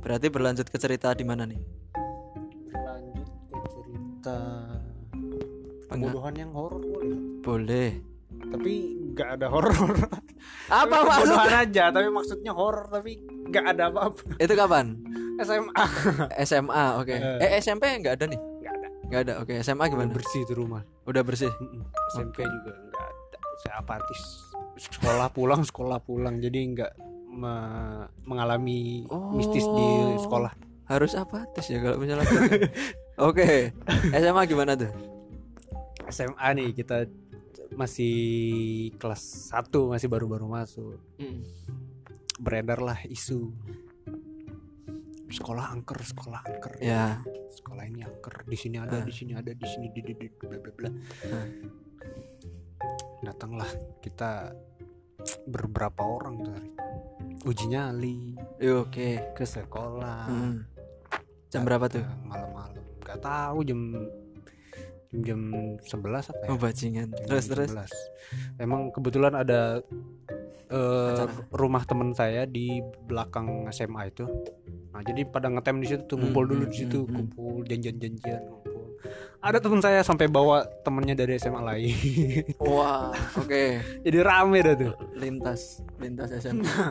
S1: berarti berlanjut ke cerita di mana nih
S2: lanjut ke cerita
S1: Pengha-
S2: pembunuhan yang horor boleh
S1: boleh
S2: tapi nggak ada horor
S1: apa
S2: Tapi
S1: maksud
S2: pembunuhan aja tapi maksudnya horor tapi nggak ada apa-apa
S1: itu kapan
S2: SMA
S1: Ah, SMA oke eh
S2: Eh.
S1: SMP nggak ada nih
S2: nggak ada
S1: nggak ada oke SMA gimana
S2: bersih di rumah
S1: udah bersih
S2: Mm-mm. SMP juga nggak ada saya apatis sekolah pulang sekolah pulang jadi nggak me- mengalami mistis di
S1: Oh.
S2: sekolah
S1: harus apatis ya kalau misalnya gitu. oke SMA gimana tuh
S2: SMA nih kita masih kelas 1 masih baru-baru masuk beredarlah isu sekolah angker sekolah angker
S1: ya
S2: sekolah ini angker di sini ada
S1: Ah.
S2: di sini ada di sini di di di bla bla bla
S1: Ah.
S2: datanglah kita beberapa orang dari uji nyali
S1: iya, oke
S2: ke sekolah
S1: Hmm. jam berapa tuh
S2: Datang malam-malam nggak tahu jam jam jam 11 apa ya
S1: oh bajingan
S2: Jam
S1: terus terus
S2: 11. Emang kebetulan ada eh,
S1: Acara.
S2: rumah teman saya di belakang SMA itu. Nah, jadi pada ngetem di situ tuh,
S1: Hmm,
S2: ngumpul dulu
S1: hmm,
S2: di situ,
S1: hmm, hmm.
S2: kumpul janjian-janjian, ngumpul. Ada teman saya sampai bawa temennya dari SMA lain.
S1: wah oke
S2: jadi rame dah tuh.
S1: lintas lintas SMA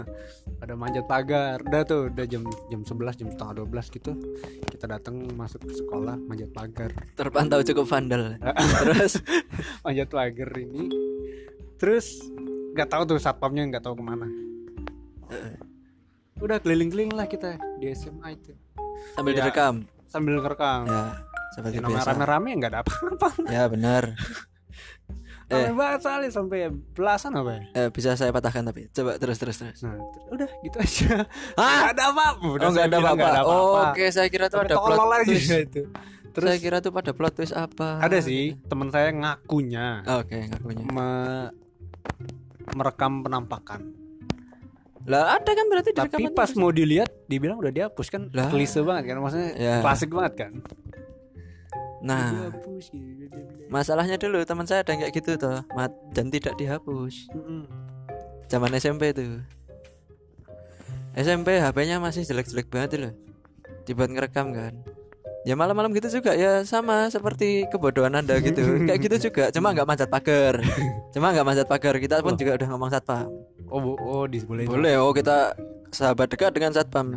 S2: Pada manjat pagar. Dah tuh, udah jam jam 11, jam setengah 12 gitu. Kita datang masuk ke sekolah, manjat pagar.
S1: terpantau cukup vandal terus
S2: Manjat pagar ini. Terus nggak tahu tuh satpamnya nggak tahu kemana.
S1: Eh.
S2: udah keliling-keliling lah kita di SMA itu
S1: sambil
S2: Ya.
S1: direkam
S2: sambil ngerekam
S1: ya seperti
S2: ya, namanya
S1: biasa
S2: rame-rame nggak ada apa-apa
S1: ya benar
S2: rame
S1: eh,
S2: banget soalnya sampai belasan apa ya
S1: eh, bisa saya patahkan tapi coba terus terus terus
S2: nah ter- udah gitu aja
S1: Hah?
S2: nggak ada apa-apa
S1: Oh nggak ada apa-apa. Oh, Oke, saya kira tuh ada plot twist.
S2: itu terus
S1: saya kira tuh pada plot twist apa?
S2: ada sih teman saya ngakunya
S1: Oh, Oke, ngakunya.
S2: me- merekam penampakan
S1: Lah ada kan berarti di
S2: tapi
S1: rekaman
S2: pas
S1: terus.
S2: mau dilihat dibilang udah dihapus kan
S1: Lah.
S2: klise banget kan maksudnya
S1: Ya.
S2: klasik banget kan
S1: Nah,
S2: dihapus gitu bla, bla, bla.
S1: masalahnya dulu teman saya ada yang kayak gitu toh, mat dan tidak dihapus.
S2: Mm-mm.
S1: Zaman SMP tuh. SMP HP-nya masih jelek-jelek banget loh. Dibuat ngerekam kan. Ya malam-malam gitu juga ya sama seperti kebodohan Anda gitu. Kayak gitu juga, cuma nggak manjat pagar. Cuma nggak manjat pagar. Kita pun
S2: Loh.
S1: juga udah ngomong satpam.
S2: oh bo- oh dibolehin
S1: Boleh, oh kita sahabat dekat dengan satpam.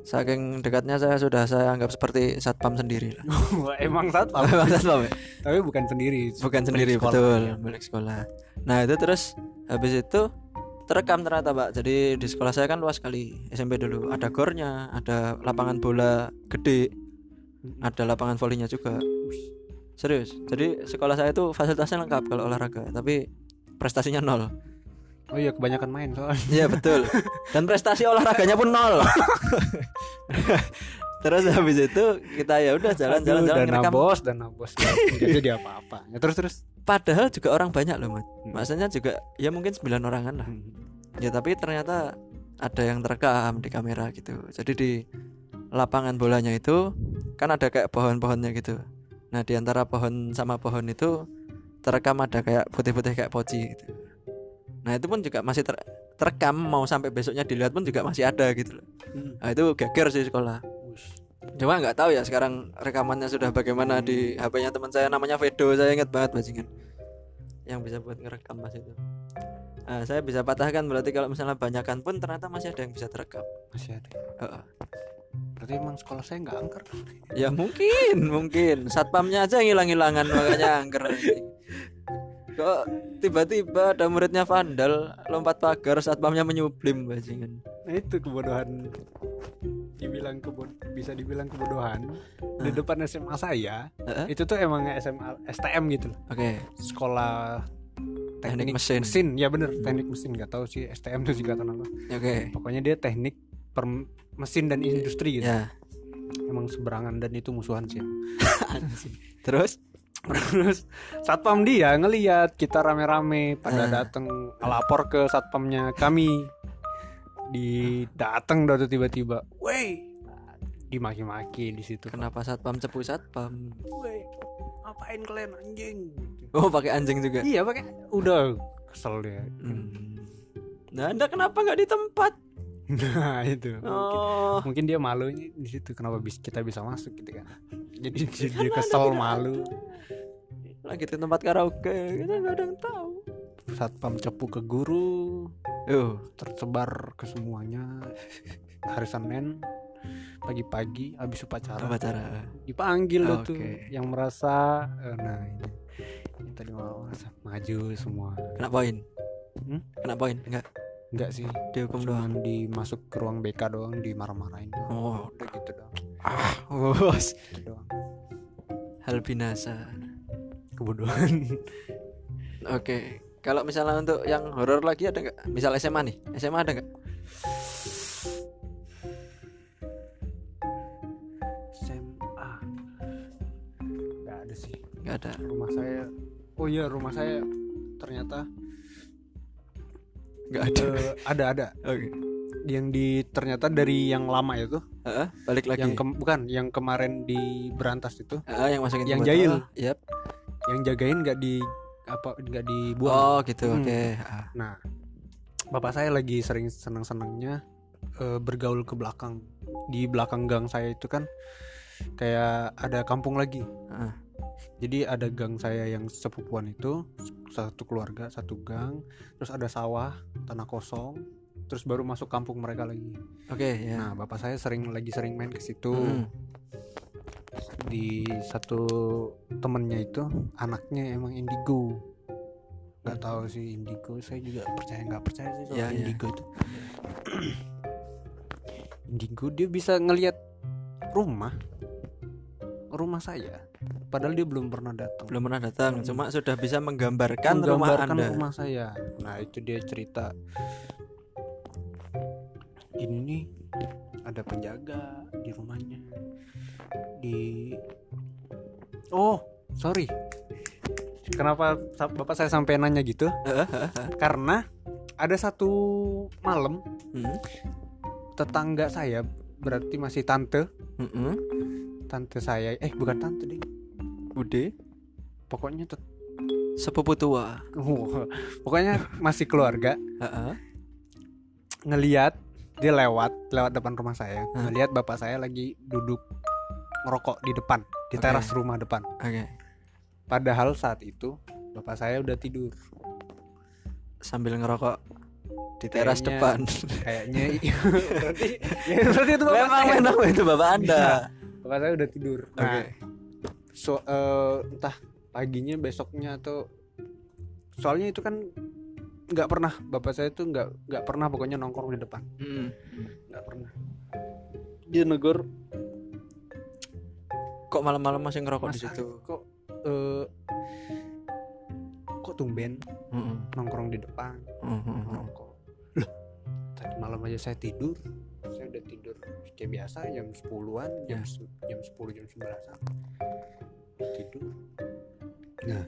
S1: Saking dekatnya saya sudah saya anggap seperti satpam sendiri lah.
S2: Wah, emang satpam
S1: Emang satpam ya?
S2: tapi bukan sendiri
S1: Bukan sendiri
S2: sekolah.
S1: betul, milik sekolah. Nah itu terus habis itu terekam ternyata pak. Jadi di sekolah saya kan luas sekali SMP dulu. Ada gornya, ada lapangan bola gede, ada lapangan volinya juga. Serius. Jadi sekolah saya itu fasilitasnya lengkap kalau olahraga, tapi prestasinya nol.
S2: oh iya kebanyakan main soalnya
S1: Iya betul. Dan prestasi olahraganya pun nol. Terus habis itu kita ya udah jalan-jalan
S2: Aduh,
S1: jalan
S2: dana
S1: ngerekam.
S2: bos dana bos nggak jadi apa-apa ya, terus terus
S1: Padahal juga orang banyak loh, Mat.
S2: Hmm.
S1: Maksudnya juga ya mungkin 9 orangan lah.
S2: Hmm.
S1: Ya tapi ternyata ada yang terekam di kamera gitu. Jadi di lapangan bolanya itu kan ada kayak pohon-pohonnya gitu. Nah, di antara pohon sama pohon itu terekam ada kayak putih-putih kayak poci gitu. Nah, itu pun juga masih ter- terekam mau sampai besoknya dilihat pun juga masih ada gitu loh. Nah, itu geger sih sekolah.
S2: Wih,
S1: Cuma nggak tahu ya sekarang rekamannya sudah bagaimana di HP-nya teman saya namanya Vedo, saya ingat banget bajingan. Yang bisa buat ngerekam pas itu. Nah, saya bisa patahkan berarti kalau misalnya banyakan pun ternyata masih ada yang bisa terekam.
S2: masih ada
S1: Heeh.
S2: berarti emang sekolah saya nggak angker
S1: Ya mungkin, mungkin satpamnya aja yang hilang-hilangan makanya angker. Kok tiba-tiba ada muridnya vandal lompat pagar satpamnya menyublim bajingan.
S2: nah itu kebodohan dibilang kebod bisa dibilang kebodohan di
S1: Ah.
S2: depan SMA saya
S1: Heeh.
S2: itu tuh emang SMA STM gitu loh
S1: Oke.
S2: sekolah
S1: Teknik mesin.
S2: ya bener teknik mesin nggak tahu sih STM itu juga apa
S1: Oke.
S2: pokoknya dia teknik per mesin dan industri gitu
S1: Ya.
S2: emang seberangan dan itu musuhan sih
S1: Terus
S2: terus satpam dia ngeliat kita rame-rame
S1: Ah.
S2: pada dateng lapor ke satpamnya kami di dateng dah tuh tiba-tiba woi dimaki-maki di situ
S1: kenapa satpam cepu satpam?
S2: woi ngapain kalian anjing Gitu.
S1: Oh pakai anjing juga.
S2: iya pakai udah kesel dia
S1: Hmm. Nah anda kenapa nggak di tempat?
S2: nah itu mungkin,
S1: Oh.
S2: mungkin dia malunya di situ kenapa bis kita bisa masuk gitu kan jadi dia- dia
S1: Karena
S2: kesel
S1: Nah, Anda tidak
S2: malu
S1: ada. Lagi ke tempat karaoke, kita nggak ada yang tahu.
S2: satpam cepu ke guru
S1: Yo,
S2: Oh, tersebar ke semuanya harisan men pagi-pagi habis upacara
S1: upacara
S2: dipanggil lo tuh
S1: Oke.
S2: yang merasa eh, nah ini yang tadi mau merasa maju semua
S1: kena poin
S2: Hmm?
S1: kena poin enggak
S2: enggak sih
S1: dihukum doang
S2: cuman dimasuk ke ruang BK doang dimarah-marahin doang.
S1: oh
S2: udah gitu doang
S1: ah bos
S2: gitu doang
S1: hal binasa
S2: kebodohan
S1: oke kalau misalnya untuk yang horor lagi ada nggak misal SMA nih SMA ada nggak
S2: SMA enggak ada sih
S1: nggak ada
S2: rumah saya oh iya rumah saya ternyata
S1: nggak ada
S2: eh, ada ada
S1: oke
S2: yang di ternyata dari yang lama itu
S1: Heeh, balik lagi
S2: yang kem- bukan yang kemarin di berantas itu
S1: Heeh, yang masukin ke
S2: yang
S1: botol.
S2: jahil.
S1: Yap.
S2: yang jagain nggak di apa nggak dibuang
S1: oh gitu
S2: Hmm.
S1: oke Ah,
S2: nah bapak saya lagi sering seneng senengnya bergaul ke belakang di belakang gang saya itu kan kayak ada kampung lagi
S1: Ah.
S2: jadi ada gang saya yang sepupuan itu satu keluarga satu gang terus ada sawah tanah kosong terus baru masuk kampung mereka lagi
S1: oke ya
S2: nah bapak saya sering lagi sering main ke situ
S1: Hmm.
S2: di satu temennya itu anaknya emang indigo nggak tahu sih indigo saya juga percaya nggak percaya sih soal
S1: Ya, ya.
S2: indigo itu indigo dia bisa ngelihat rumah rumah saya padahal dia belum pernah datang
S1: belum pernah datang
S2: Hmm.
S1: cuma sudah bisa menggambarkan, Kan rumah
S2: Menggambarkan
S1: anda
S2: rumah saya nah itu dia cerita ini nih ada penjaga di rumahnya di oh sorry kenapa sa- bapak saya sampai nanya gitu
S1: Heeh, heeh,
S2: karena ada satu malam
S1: heeh.
S2: tetangga saya berarti masih tante
S1: Hmm, hmm.
S2: tante saya eh bukan tante deh
S1: Bude
S2: pokoknya tet-
S1: sepupu tua
S2: pokoknya masih keluarga
S1: Heeh.
S2: ngeliat dia lewat lewat depan rumah saya
S1: Hah?
S2: ngeliat bapak saya lagi duduk ngerokok di depan di
S1: Oke.
S2: teras rumah depan
S1: oke
S2: padahal saat itu bapak saya udah tidur
S1: sambil ngerokok di teras
S2: Kayaknya-
S1: depan
S2: kayaknya berarti ya, berarti itu bapak
S1: memang
S2: saya
S1: memang itu bapak anda
S2: bapak saya udah tidur
S1: oke
S2: nah so- eh, entah paginya besoknya atau soalnya itu kan nggak pernah bapak saya itu nggak nggak pernah pokoknya nongkrong di depan
S1: Hmm.
S2: nggak pernah dia negor
S1: kok malam-malam masih ngerokok
S2: Mas
S1: di situ
S2: Arif, kok eh, kok tumben
S1: Hmm,
S2: nongkrong di depan
S1: hmm, hmm, hmm.
S2: ngerokok loh tadi malam aja saya tidur saya udah tidur kayak biasa jam 10-an
S1: Ya.
S2: jam se- jam 10 jam 11-an tidur nah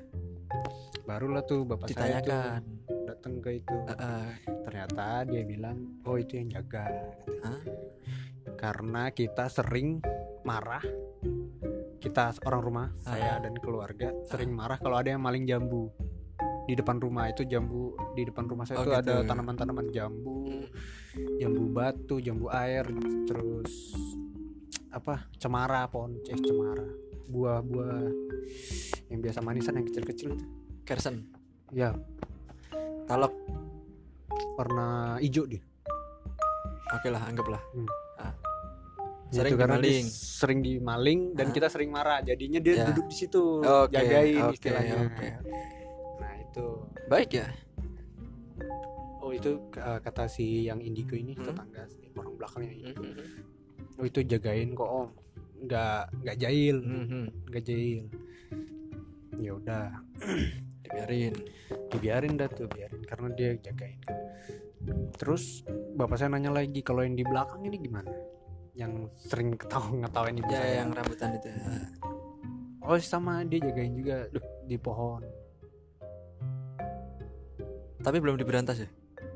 S2: barulah tuh bapak saya tuh
S1: ditanyakan
S2: datang ke itu
S1: Heeh.
S2: ternyata dia bilang oh itu yang jaga
S1: Hah?
S2: karena kita sering marah kita orang rumah saya dan keluarga sering marah kalau ada yang maling jambu di depan rumah itu jambu di depan rumah saya
S1: Oh,
S2: itu
S1: gitu. Hmm.
S2: ada tanaman-tanaman jambu jambu batu jambu air terus apa cemara pohon eh cemara buah-buah yang biasa manisan yang kecil-kecil itu
S1: Kersen
S2: ya
S1: talok
S2: warna hijau dia
S1: oke lah anggaplah
S2: Hmm.
S1: Ah.
S2: Ya,
S1: sering
S2: itu karena dia
S1: dimaling
S2: sering dimaling dan
S1: Hah?
S2: kita sering marah jadinya
S1: Ya.
S2: dia duduk di situ
S1: Oke,
S2: jagain
S1: oke,
S2: istilahnya
S1: oke.
S2: nah itu
S1: baik ya
S2: oh itu eh, kata si yang indigo ini
S1: Hmm.
S2: tetangga si orang belakang yang indigo oh itu jagain kok om nggak nggak jahil
S1: Hmm, hmm.
S2: nggak jahil ya udah
S1: dibiarin
S2: dibiarin dah tuh biarin karena dia jagain kan terus bapak saya nanya lagi kalau yang di belakang ini gimana yang sering ketawa ngetawain ibu
S1: ya
S2: saya
S1: yang rambutan itu
S2: Oh sama dia jagain juga Duh, di pohon.
S1: tapi belum diberantas ya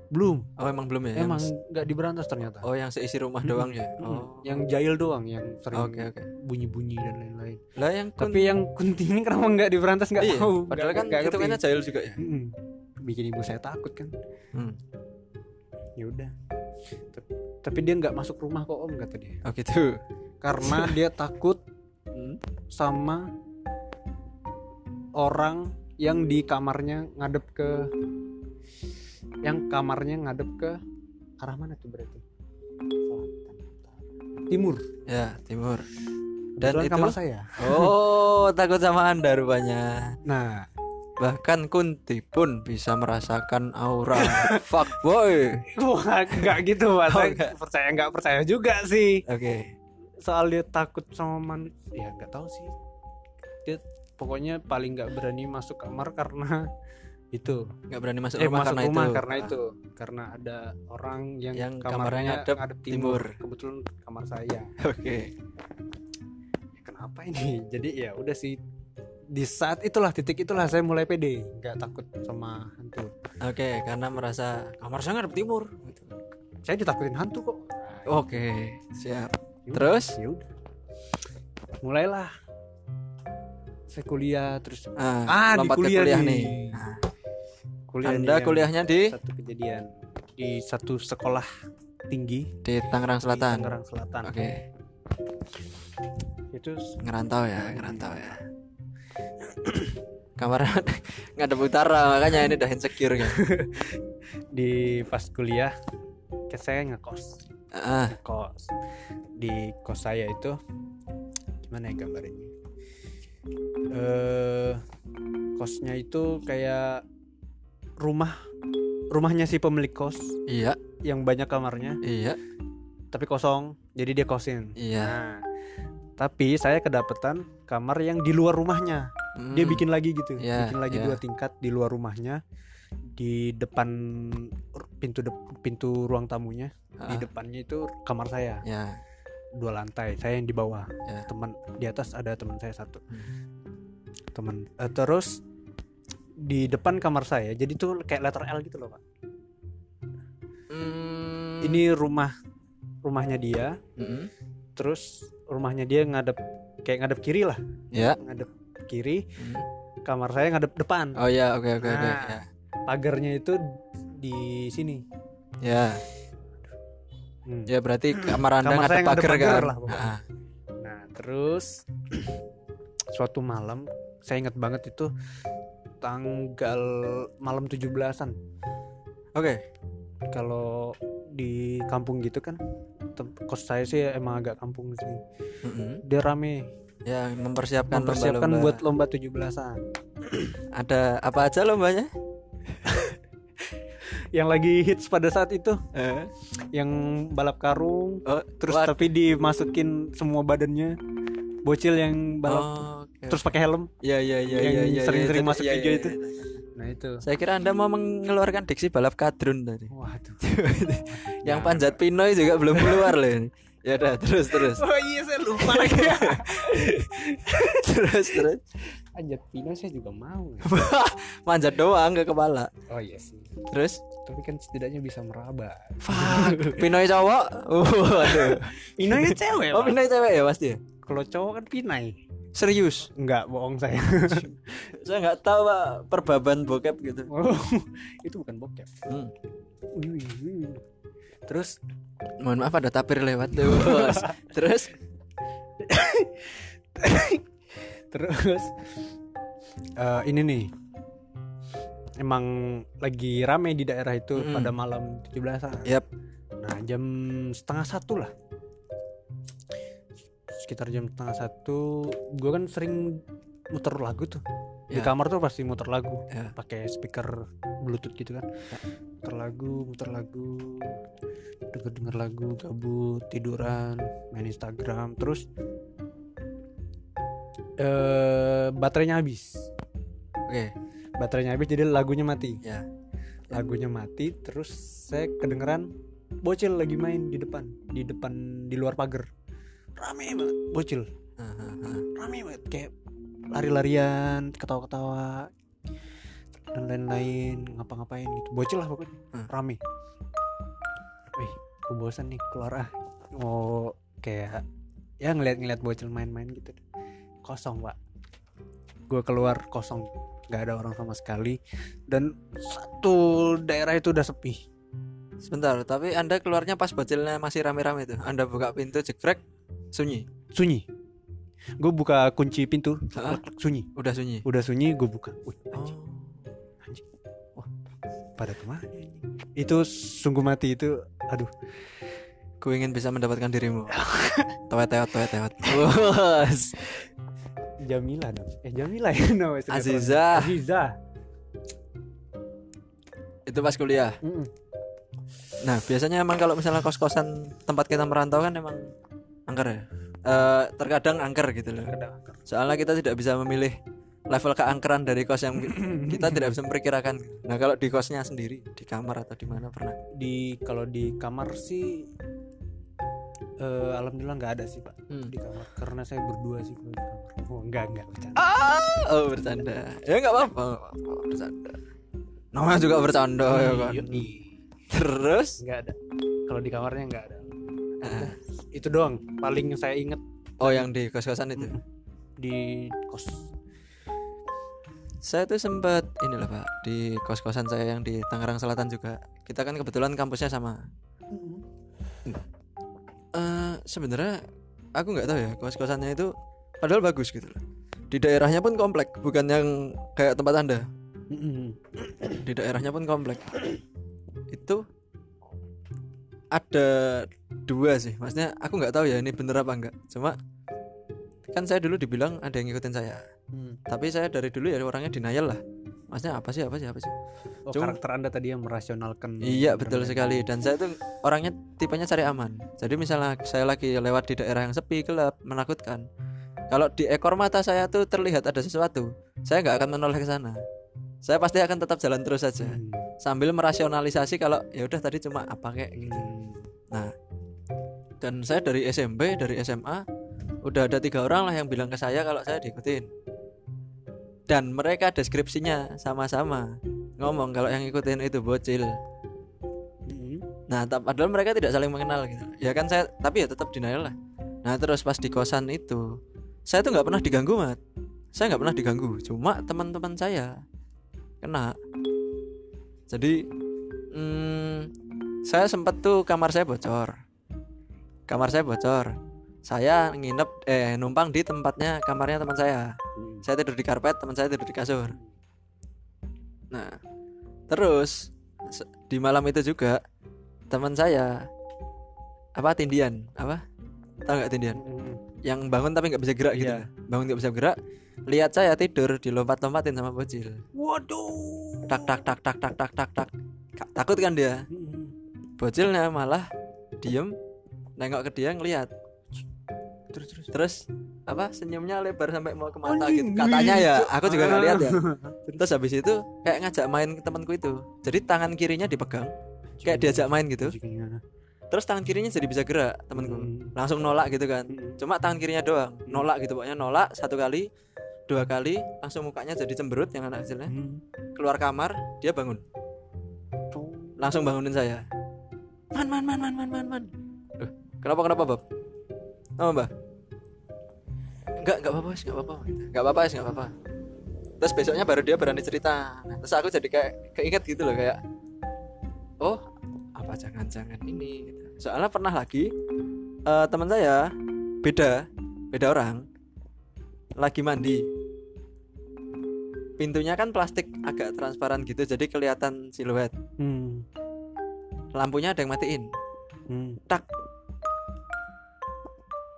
S2: Belum,
S1: oh emang belum ya Yang
S2: emang nggak diberantas ternyata.
S1: Oh yang seisi rumah
S2: Mm-mm.
S1: doang ya?
S2: Mm-mm.
S1: Oh.
S2: Yang jahil doang, yang sering
S1: Oke oke.
S2: bunyi-bunyi dan lain-lain.
S1: Lah yang kun-
S2: Tapi yang kunti ini kenapa nggak diberantas nggak
S1: Iya,
S2: tahu.
S1: Padahal
S2: Nggak-
S1: kan
S2: nggak ngerti.
S1: hitungannya jahil juga ya.
S2: Mm-mm. bikin ibu saya takut kan.
S1: Hmm.
S2: Ya udah. Tep- Tapi dia nggak masuk rumah kok om kata dia.
S1: Oh gitu.
S2: Karena dia takut
S1: Hmm.
S2: sama orang yang di kamarnya ngadep ke yang kamarnya ngadep ke arah mana tuh berarti selatan utara timur
S1: ya timur dan
S2: Kebetulan
S1: itu
S2: kamar saya
S1: oh takut sama anda rupanya
S2: nah
S1: bahkan Kunti pun bisa merasakan aura fuckboy
S2: wah nggak gitu pak
S1: Oh,
S2: Saya
S1: nggak.
S2: percaya nggak percaya juga sih
S1: oke
S2: soal dia takut sama manusia ya nggak tahu sih dia pokoknya paling nggak berani masuk kamar karena itu
S1: nggak berani masuk
S2: eh
S1: rumah
S2: masuk
S1: karena
S2: rumah
S1: itu
S2: karena
S1: Ah,
S2: itu karena ada orang yang,
S1: Yang kamarnya
S2: kamarnya
S1: ngadep
S2: ngadep timur.
S1: timur.
S2: kebetulan kamar saya
S1: oke
S2: Ya, kenapa ini jadi ya udah sih di saat itulah titik itulah saya mulai pede nggak takut sama hantu
S1: oke karena merasa kamar saya ngadep timur gitu.
S2: saya ditakutin hantu kok Nah,
S1: oke siap Ah,
S2: ya udah.
S1: terus
S2: ya udah mulailah saya kuliah terus
S1: ah,
S2: ah di
S1: lompat ke
S2: kuliah,
S1: kuliah
S2: nih,
S1: nih, Ah.
S2: kuliah
S1: anda
S2: nih yang
S1: kuliahnya di
S2: satu kejadian di satu sekolah tinggi
S1: di Tangerang
S2: di
S1: Selatan oke
S2: Tangerang Selatan itu
S1: ngerantau ya ngerantau ya kamar ngadep utara makanya ini udah insecure kan
S2: di pas kuliah kayak saya ngekos
S1: ah
S2: kos di kos saya itu gimana ya gambarnya eh kosnya itu kayak rumah rumahnya si pemilik kos
S1: iya
S2: yang banyak kamarnya
S1: iya
S2: tapi kosong jadi dia kosin
S1: iya
S2: Nah, tapi saya kedapetan kamar yang di luar rumahnya. Dia
S1: Hmm.
S2: bikin lagi gitu,
S1: Iya,
S2: bikin lagi
S1: iya.
S2: dua tingkat di luar rumahnya, di depan r- pintu dep- pintu ruang tamunya,
S1: Ah.
S2: di depannya itu kamar saya
S1: ya
S2: dua lantai, saya yang di bawah,
S1: Iya.
S2: teman di atas ada teman saya satu,
S1: Hmm.
S2: teman eh, terus di depan kamar saya, jadi tuh kayak letter L gitu loh pak.
S1: Hmm.
S2: Ini rumah rumahnya dia,
S1: Mm-mm.
S2: terus rumahnya dia ngadep kayak ngadep kiri lah,
S1: ya
S2: ngadep kiri,
S1: Hmm.
S2: kamar saya ngadep depan
S1: oh ya oke oke oke
S2: Nah.
S1: ya
S2: pagarnya itu di sini
S1: ya
S2: Hmm.
S1: ya berarti kamar anda
S2: Kamar saya
S1: ngadep
S2: ngadep
S1: pagar
S2: pagar
S1: kan
S2: lah, pokoknya.
S1: Ah,
S2: nah terus suatu malam saya ingat banget itu tanggal malam 17-an
S1: oke
S2: kalau di kampung gitu kan tem- kos saya sih emang agak kampung sih
S1: Mm-mm.
S2: dia rame
S1: Hmm. ya mempersiapkan
S2: mempersiapkan
S1: lomba-lomba.
S2: buat lomba 17-an
S1: ada apa aja lombanya
S2: yang lagi hits pada saat itu
S1: Eh.
S2: yang balap karung
S1: oh,
S2: terus
S1: what?
S2: tapi dimasukin semua badannya bocil yang balap
S1: Oh, oke.
S2: terus pakai helm
S1: ya ya ya
S2: yang
S1: ya, ya,
S2: sering-sering
S1: ya,
S2: masuk
S1: ya,
S2: video
S1: ya,
S2: itu.
S1: ya.
S2: Nah itu.
S1: Saya kira Anda mau mengeluarkan diksi balap kadrun tadi.
S2: Waduh. Ya.
S1: Yang panjat Pinoy juga belum keluar loh ini. Ya udah, terus terus.
S2: Oh iya saya lupa lagi.
S1: terus terus.
S2: Panjat Pino saya juga mau. ya.
S1: Manjat doang ke kepala.
S2: Oh iya sih.
S1: Terus
S2: Tapi kan setidaknya bisa meraba.
S1: fuck, Pinoy cowok. Oh, Waduh.
S2: Pinoy ya cewek.
S1: Oh, Pinoy cewek ya pasti ya?
S2: Kalau cowok kan Pinai.
S1: Serius.
S2: Enggak bohong saya.
S1: Saya nggak tahu Pak perbaban bokep gitu.
S2: Oh, itu bukan bokep.
S1: Hmm.
S2: Wih, wih, wih. Terus
S1: Mohon maaf ada tapir lewat tuh, Bos. Terus
S2: terus eh, ini nih emang lagi rame di daerah itu
S1: Mm.
S2: pada malam 17-an.
S1: Yap.
S2: Nah jam setengah satu lah Sekitar jam setengah satu Gue kan sering muter lagu tuh Di
S1: Ya.
S2: kamar tuh pasti muter lagu
S1: Ya.
S2: pakai speaker bluetooth gitu kan Muter lagu, muter lagu Denger-denger lagu, gabut, tiduran Main Instagram Terus eh Baterainya habis
S1: oke,
S2: Baterainya habis jadi lagunya mati
S1: ya.
S2: lagunya mati terus saya kedengeran bocil lagi main di depan di depan di luar pagar rame banget bocil
S1: Ah, ah, ah.
S2: rame banget kayak lari-larian ketawa-ketawa dan lain-lain ngapa-ngapain gitu bocil lah pokoknya
S1: Hmm.
S2: rame wih gue bosan nih keluar ah mau kayak ya ngeliat-ngeliat bocil main-main gitu kosong pak gue keluar kosong nggak ada orang sama sekali dan satu daerah itu udah sepi
S1: Sebentar, tapi Anda keluarnya pas bacilnya masih rame-rame tuh. Anda buka pintu jegrek sunyi.
S2: sunyi gue buka kunci pintu
S1: Ah.
S2: klak-klak, sunyi
S1: Udah sunyi.
S2: udah sunyi gue buka Wih,
S1: Oh.
S2: pada kemana ini? itu sungguh mati itu aduh
S1: Ku ingin bisa mendapatkan dirimu. Tewet tewet tewet tewet. Bos.
S2: Jamila dong. Eh Jamila ya nama sinetron.
S1: Aziza.
S2: Aziza.
S1: Itu pas kuliah.
S2: Mm-mm.
S1: Nah, biasanya emang kalau misalnya kos-kosan tempat kita merantau kan emang angker ya. Eh, terkadang angker gitu loh. Soalnya kita tidak bisa memilih level keangkeran dari kos yang kita tidak bisa memperkirakan. Nah, kalau di kosnya sendiri, di kamar atau di mana pernah?
S2: Di kalau di kamar sih eh, alhamdulillah nggak ada sih pak
S1: Hmm.
S2: di kamar karena saya berdua sih kalau di kamar. Oh enggak enggak bercanda.
S1: Ah, oh bercanda. Ya nggak apa-apa, nggak apa-apa, bercanda. Namanya juga bercanda ya kan.
S2: Yoi.
S1: Terus
S2: Nggak ada. Kalau di kamarnya nggak ada. Itu doang paling yang saya inget
S1: Eh, oh yang di kos-kosan itu.
S2: di kos.
S1: Saya tuh sempat inilah Pak, di kos-kosan saya yang di Tangerang Selatan juga. Kita kan kebetulan kampusnya sama. Eh sebenarnya aku nggak tahu ya kos-kosannya itu padahal bagus gitu loh. Di daerahnya pun komplek, bukan yang kayak tempat Anda.
S2: Mm-mm.
S1: di daerahnya pun komplek itu ada dua sih maksudnya aku nggak tahu ya ini bener apa enggak cuma kan saya dulu dibilang ada yang ngikutin saya
S2: Hmm.
S1: tapi saya dari dulu ya orangnya denial lah maksudnya apa sih apa sih apa sih
S2: Oh,
S1: Cuma-
S2: karakter anda tadi yang merasionalkan.
S1: iya betul sekali dan saya tuh orangnya tipenya cari aman jadi misalnya saya lagi lewat di daerah yang sepi gelap menakutkan kalau di ekor mata saya tuh terlihat ada sesuatu saya nggak akan menoleh ke sana saya pasti akan tetap jalan terus saja
S2: Hmm.
S1: sambil merasionalisasi kalau ya udah tadi cuma apa kayak
S2: Mm.
S1: gitu. Dan saya dari SMP, dari SMA udah ada tiga orang lah yang bilang ke saya kalau saya diikutin. Dan mereka deskripsinya sama-sama ngomong kalau yang ngikutin itu bocil.
S2: Hmm.
S1: Nah, ta- padahal mereka tidak saling mengenal gitu. Ya kan saya, tapi ya tetap denial lah. Nah, terus pas di kosan itu, saya tuh nggak pernah diganggu, Mat. Saya nggak pernah diganggu, cuma teman-teman saya kena. Jadi, mm, saya sempat tuh kamar saya bocor. Kamar saya bocor. Saya nginep eh numpang di tempatnya kamarnya teman saya
S2: Hmm.
S1: saya tidur di karpet teman saya tidur di kasur nah terus se- di malam itu juga teman saya apa tindian apa tahu nggak tindian
S2: Hmm.
S1: yang bangun tapi nggak bisa gerak gitu
S2: Iya.
S1: bangun nggak bisa gerak lihat saya tidur dilompat-lompatin sama bocil
S2: Waduh.
S1: tak tak tak tak tak tak tak tak Ka- takut kan dia
S2: Hmm.
S1: bocilnya malah diem nengok ke dia ngelihat
S2: Terus terus.
S1: terus apa senyumnya lebar sampai mau ke mata gitu
S2: Anjing,
S1: katanya ya
S2: gitu.
S1: aku juga nggak
S2: Ah.
S1: lihat ya terus habis itu kayak ngajak main ke temanku itu jadi tangan kirinya dipegang kayak diajak main
S2: Mm.
S1: gitu
S2: Anjing.
S1: terus tangan kirinya jadi bisa gerak temanku
S2: Hmm.
S1: langsung nolak gitu kan cuma tangan kirinya doang nolak gitu pokoknya nolak satu kali dua kali langsung mukanya jadi cemberut yang anak kecilnya
S2: Hmm.
S1: keluar kamar dia bangun
S2: Tuh.
S1: langsung bangunin saya man man man man man man man Loh, kenapa kenapa bab kenapa mbak enggak enggak apa-apa Mas, enggak apa-apa gitu. enggak apa-apa Mas, enggak apa-apa terus besoknya baru dia berani cerita Nah, terus aku jadi kayak keinget gitu loh kayak oh apa jangan-jangan ini gitu. soalnya pernah lagi eh, teman saya beda beda orang lagi mandi pintunya kan plastik agak transparan gitu jadi kelihatan siluet
S2: Hmm.
S1: lampunya ada yang matiin Mm.
S2: Hmm.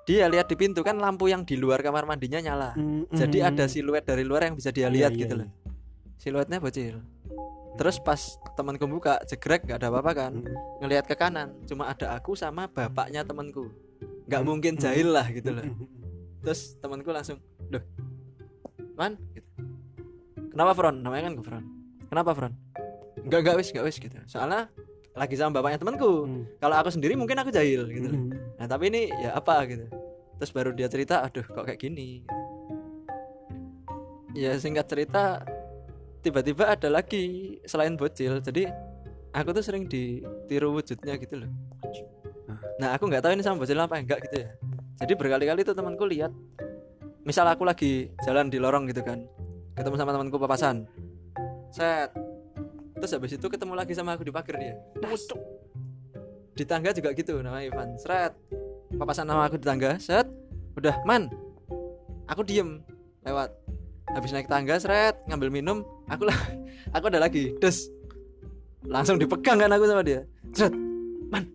S1: dia lihat di pintu kan lampu yang di luar kamar mandinya nyala
S2: Hmm.
S1: jadi
S2: Hmm.
S1: ada siluet dari luar yang bisa dia
S2: Iya,
S1: lihat
S2: iya,
S1: gitu
S2: iya.
S1: loh siluetnya bocil terus pas temanku buka jegrek nggak ada apa-apa kan
S2: Hmm.
S1: ngelihat ke kanan cuma ada aku sama bapaknya temanku nggak
S2: Hmm.
S1: mungkin
S2: Hmm.
S1: jahil lah gitu loh
S2: Hmm.
S1: terus temanku langsung loh man gitu. kenapa Fron namanya kan gue Fron kenapa Fron nggak nggak wis nggak wis gitu soalnya lagi sama bapaknya temanku
S2: Hmm.
S1: kalau aku sendiri mungkin aku jahil gitu loh.
S2: Hmm.
S1: Nah tapi ini ya apa gitu Terus baru dia cerita aduh kok kayak gini Ya singkat cerita Tiba-tiba ada lagi selain bocil Jadi aku tuh sering ditiru wujudnya gitu loh Nah aku nggak tahu ini sama bocil apa enggak gitu ya Jadi berkali-kali tuh temanku lihat Misal aku lagi jalan di lorong gitu kan Ketemu sama temanku papasan Set Terus habis itu ketemu lagi sama aku di pagar dia
S2: Busuk.
S1: di tangga juga gitu namanya Ivan seret papasan nama aku di tangga seret udah man aku diem lewat habis naik tangga seret ngambil minum aku lah aku ada lagi des langsung dipegang kan aku sama dia seret man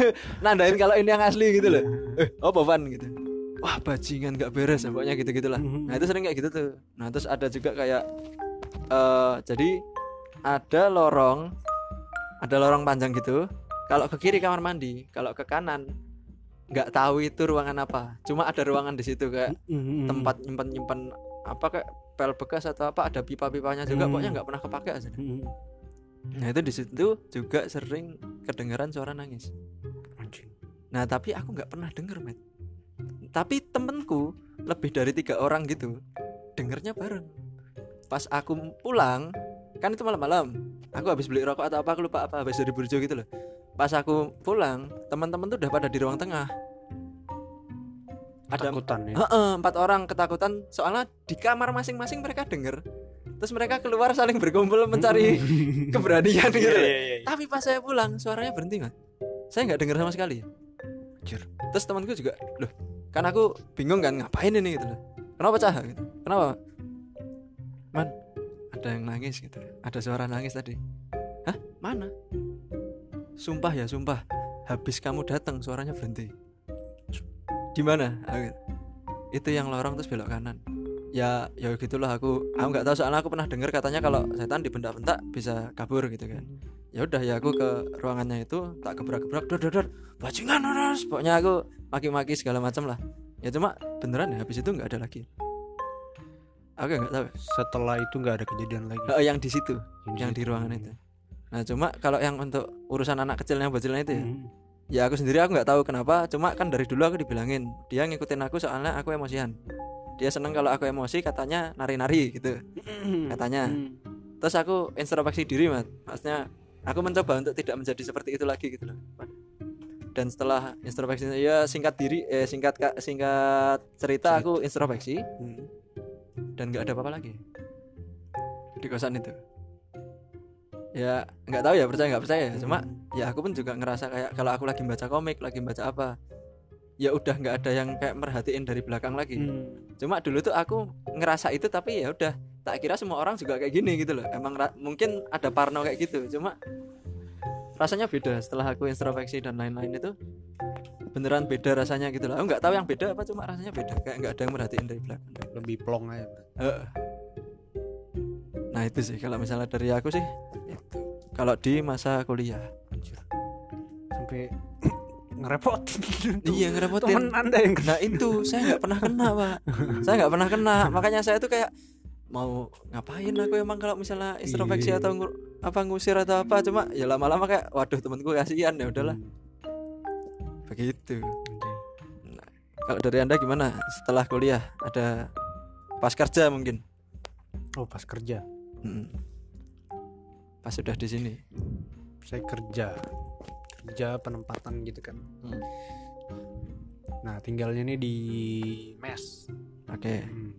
S1: nandain kalau ini yang asli gitu loh eh apa Van gitu wah bajingan nggak beres ya, pokoknya gitu gitulah
S2: Mm.
S1: nah itu sering kayak gitu tuh nah terus ada juga kayak eh jadi ada lorong ada lorong panjang gitu kalau ke kiri kamar mandi kalau ke kanan nggak tahu itu ruangan apa cuma ada ruangan di situ kayak
S2: Mm. Hmm.
S1: tempat nyimpan nyimpan apa kayak pel bekas atau apa ada pipa pipanya juga
S2: Hmm.
S1: pokoknya nggak pernah kepake aja
S2: Mm.
S1: nah itu di situ juga sering kedengaran suara nangis
S2: anjing
S1: nah tapi aku nggak pernah denger met tapi temenku lebih dari tiga orang gitu dengernya bareng pas aku pulang kan itu malam-malam aku habis beli rokok atau apa aku lupa apa habis dari burjo gitu loh pas aku pulang teman-teman tuh udah pada di ruang tengah ada
S2: takutan ya
S1: Heeh, empat orang ketakutan soalnya di kamar masing-masing mereka denger terus mereka keluar saling berkumpul mencari
S2: Mm.
S1: keberanian gitu
S2: Hmm. Iya,
S1: loh.
S2: iya, iya.
S1: tapi pas saya pulang suaranya berhenti kan saya nggak dengar sama sekali
S2: Anjir.
S1: terus temanku juga loh kan aku bingung kan ngapain ini gitu loh kenapa cah gitu. kenapa man ada yang nangis gitu ada suara nangis tadi hah mana sumpah ya sumpah habis kamu datang suaranya berhenti di mana Aku gitu. itu yang lorong terus belok kanan ya ya gitulah aku aku nggak tahu soalnya aku pernah dengar katanya kalau setan dibentak-bentak bisa kabur gitu kan ya udah ya aku ke ruangannya itu tak gebrak-gebrak dor dor dor bajingan harus pokoknya aku maki-maki segala macam lah ya cuma beneran ya habis itu nggak ada lagi aku nggak tahu
S2: setelah itu nggak ada kejadian lagi
S1: Eh, yang di situ yang di
S2: situ.
S1: ruangan itu nah cuma kalau yang untuk urusan anak kecil yang bocilan itu ya
S2: Mm.
S1: ya aku sendiri aku nggak tahu kenapa cuma kan dari dulu aku dibilangin dia ngikutin aku soalnya aku emosian dia seneng kalau aku emosi katanya nari-nari gitu katanya
S2: Mm.
S1: terus aku introspeksi diri mas maksudnya aku mencoba untuk tidak menjadi seperti itu lagi gitu loh dan setelah introspeksi ya singkat diri eh singkat ka- singkat cerita aku introspeksi
S2: Mm.
S1: dan nggak ada apa-apa lagi di kosan itu ya nggak tahu ya percaya nggak percaya ya.
S2: Hmm.
S1: cuma ya aku pun juga ngerasa kayak kalau aku lagi baca komik lagi baca apa ya udah nggak ada yang kayak merhatiin dari belakang lagi
S2: Mm.
S1: cuma dulu tuh aku ngerasa itu tapi ya udah tak kira semua orang juga kayak gini gitu loh emang ra- mungkin ada parno kayak gitu cuma rasanya beda setelah aku introspeksi dan lain-lain itu beneran beda rasanya gitu loh aku nggak tahu yang beda apa cuma rasanya beda kayak nggak ada yang merhatiin dari belakang
S2: lebih plong aja
S1: Heeh. nah itu sih kalau misalnya dari aku sih itu kalau di masa kuliah
S2: Anjir. sampai ngerepotin
S1: iya ngerepotin
S2: temen anda yang
S1: Nah itu saya nggak pernah kena pak Saya nggak pernah kena Makanya saya tuh kayak Mau ngapain aku emang kalau misalnya introspeksi
S2: Iya.
S1: atau ngur- apa ngusir atau apa Cuma ya lama-lama kayak Waduh temanku kasihan ya udahlah Begitu Nah, Kalau dari anda gimana setelah kuliah Ada pas kerja mungkin
S2: oh pas kerja
S1: Mm. Pas sudah di sini
S2: saya kerja kerja penempatan gitu kan
S1: Hmm.
S2: nah tinggalnya nih di mes
S1: Oke
S2: Hmm.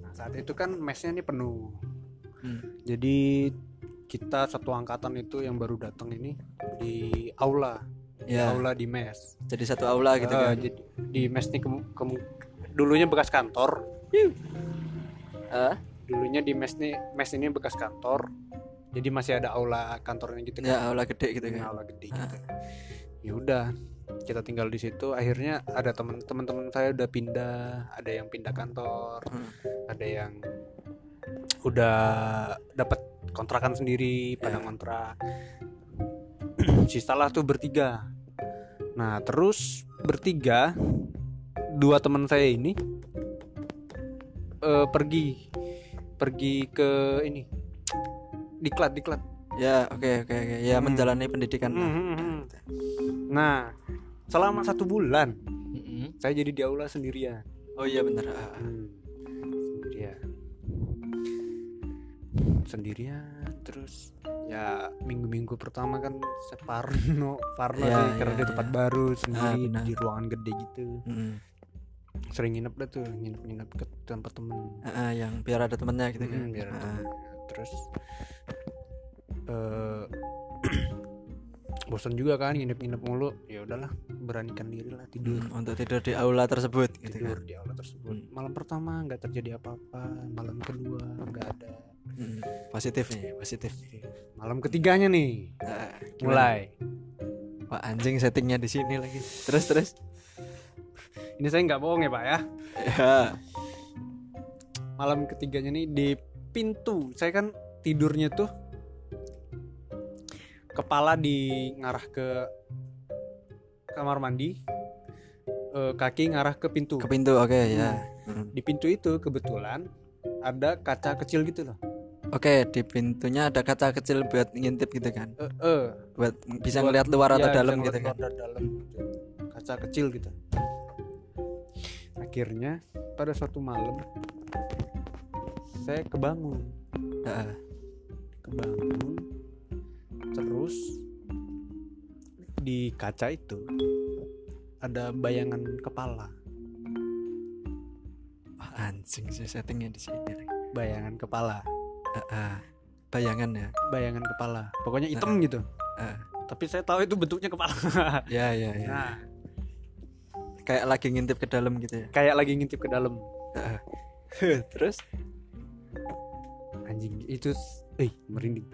S2: nah saat itu kan mesnya nih penuh
S1: Hmm.
S2: jadi kita satu angkatan itu yang baru datang ini di aula Di
S1: Ya
S2: aula di mes
S1: jadi satu aula gitu
S2: Eh,
S1: kan
S2: jadi di mes nih kemu- kemu- dulunya bekas kantor
S1: Eh,
S2: dulunya di mes nih mes ini bekas kantor jadi masih ada aula kantornya gitu kan
S1: Ya aula gede gitu kan
S2: Nah, aula gede gitu. Ya udah, kita tinggal di situ. Akhirnya ada teman teman-teman saya udah pindah, ada yang pindah kantor,
S1: Hmm.
S2: ada yang udah dapat kontrakan sendiri, pada
S1: Ya.
S2: kontrak. Sisalah tuh bertiga. Nah, terus bertiga dua teman saya ini eh, pergi pergi ke ini diklat diklat
S1: Ya oke oke oke Ya
S2: Hmm.
S1: menjalani pendidikan lah.
S2: Mhm. Nah, selama satu bulan saya jadi di aula sendirian.
S1: Oh iya bener ah, ah.
S2: Sendirian. Sendirian terus ya minggu-minggu pertama kan saya Parno, Parno
S1: Ya,
S2: sih karena
S1: ya,
S2: di tempat
S1: ya.
S2: baru sendiri
S1: benar.
S2: di ruangan gede gitu.
S1: Mm-mm.
S2: Sering nginep dah tuh, nginep-nginep ke tempat temen.
S1: Ah, ah, yang biar ada temennya gitu kan
S2: Mm, biar ada
S1: Ah,
S2: temennya. terus eh bosan juga kan nginep-nginep mulu ya udahlah beranikan diri lah tidur
S1: mm, untuk tidur di aula tersebut gitu kan
S2: tidur di aula tersebut
S1: Hmm.
S2: malam pertama nggak terjadi apa-apa malam kedua nggak ada
S1: Mm, positif nih positif
S2: malam ketiganya nih
S1: Ah, Iya gimana?
S2: mulai
S1: Wah anjing settingnya di sini lagi. Terus terus.
S2: Ini saya nggak bohong ya pak ya.
S1: Ya.
S2: Malam ketiganya nih di pintu. Saya kan tidurnya tuh kepala di ngarah ke kamar mandi, eh, kaki ngarah ke pintu.
S1: Ke pintu oke ya. Hmm.
S2: Di pintu itu kebetulan ada kaca kecil gitu loh.
S1: Oke di pintunya ada kaca kecil buat ngintip gitu kan.
S2: Eh, eh,
S1: Buat bisa
S2: Buat-
S1: ngelihat luar atau
S2: Iya,
S1: dalam
S2: bisa
S1: gitu kan.
S2: ngeliat luar dan dalam gitu. kaca kecil gitu akhirnya pada suatu malam saya kebangun
S1: Heeh.
S2: kebangun terus di kaca itu ada bayangan kepala
S1: Wah, anjing sih settingnya di sini. lagi.
S2: bayangan kepala
S1: Heeh. Bayangan ya.
S2: bayangan kepala pokoknya hitam gitu
S1: Heeh.
S2: tapi saya tahu itu bentuknya kepala
S1: Ya ya ya.
S2: nah
S1: Kayak lagi ngintip ke dalam gitu ya.
S2: kayak lagi ngintip ke dalam
S1: Heeh. terus
S2: anjing itu s- eh merinding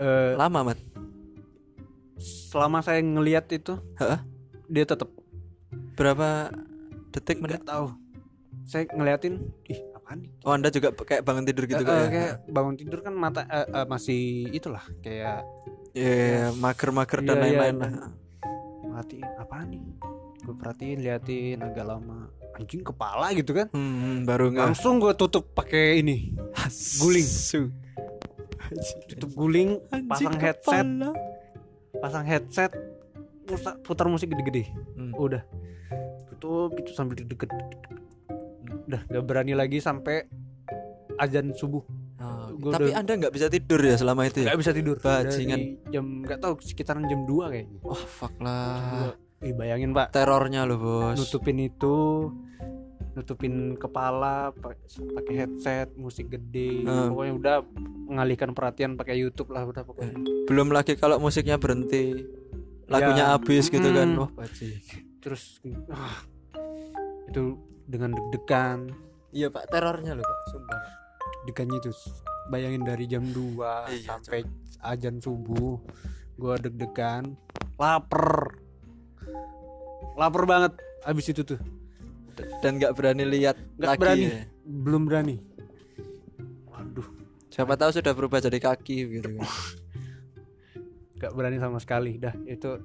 S2: Eh,
S1: lama mat.
S2: selama saya ngelihat itu
S1: Heeh.
S2: dia tetap
S1: Berapa detik menit?
S2: nggak tahu saya ngeliatin ih apaan nih
S1: Oh anda juga kayak bangun tidur gitu
S2: Eh,
S1: kok
S2: eh,
S1: ya?
S2: kayak bangun tidur kan mata eh, eh, masih itulah kayak
S1: Iya, iya, mager-mager dan
S2: Iya, iya,
S1: lain-lain
S2: iya.
S1: lah.
S2: perhatiin apaan nih gue perhatiin liatin agak lama anjing kepala gitu kan
S1: Hmm, baru nggak
S2: langsung gue tutup pakai ini guling.
S1: Su.
S2: tutup guling pasang
S1: Anjing
S2: headset
S1: kepala.
S2: pasang headset putar, putar musik gede-gede
S1: Hmm.
S2: udah tutup itu sambil deg-degan udah gak berani lagi sampai azan subuh
S1: Oh,
S2: Nah, Gua
S1: tapi
S2: udah-
S1: anda nggak bisa tidur ya selama itu ya?
S2: nggak bisa tidur
S1: Bajingan.
S2: Dari jam nggak tahu sekitaran jam 2 kayaknya
S1: Wah Oh, fuck
S2: Jam
S1: lah.
S2: 2. Ih, bayangin pak
S1: Terornya loh bos.
S2: nutupin itu nutupin kepala pa- pakai headset musik gede
S1: Hmm.
S2: pokoknya udah mengalihkan perhatian pakai YouTube lah udah pokoknya
S1: Belum lagi kalau musiknya berhenti, lagunya
S2: Ya.
S1: habis gitu kan.
S2: Mm-mm.
S1: Wah bajing.
S2: terus ah, itu dengan deg-degan
S1: Iya pak, terornya loh pak. Sumpah.
S2: degannya itu bayangin dari jam 2
S1: Iya,
S2: sampai azan subuh gua deg-degan lapar lapar banget abis itu tuh
S1: Dan nggak berani lihat
S2: Nggak
S1: lagi.
S2: berani.
S1: ya.
S2: belum berani waduh
S1: Siapa tahu sudah berubah jadi kaki gitu kan.
S2: gak berani sama sekali dah itu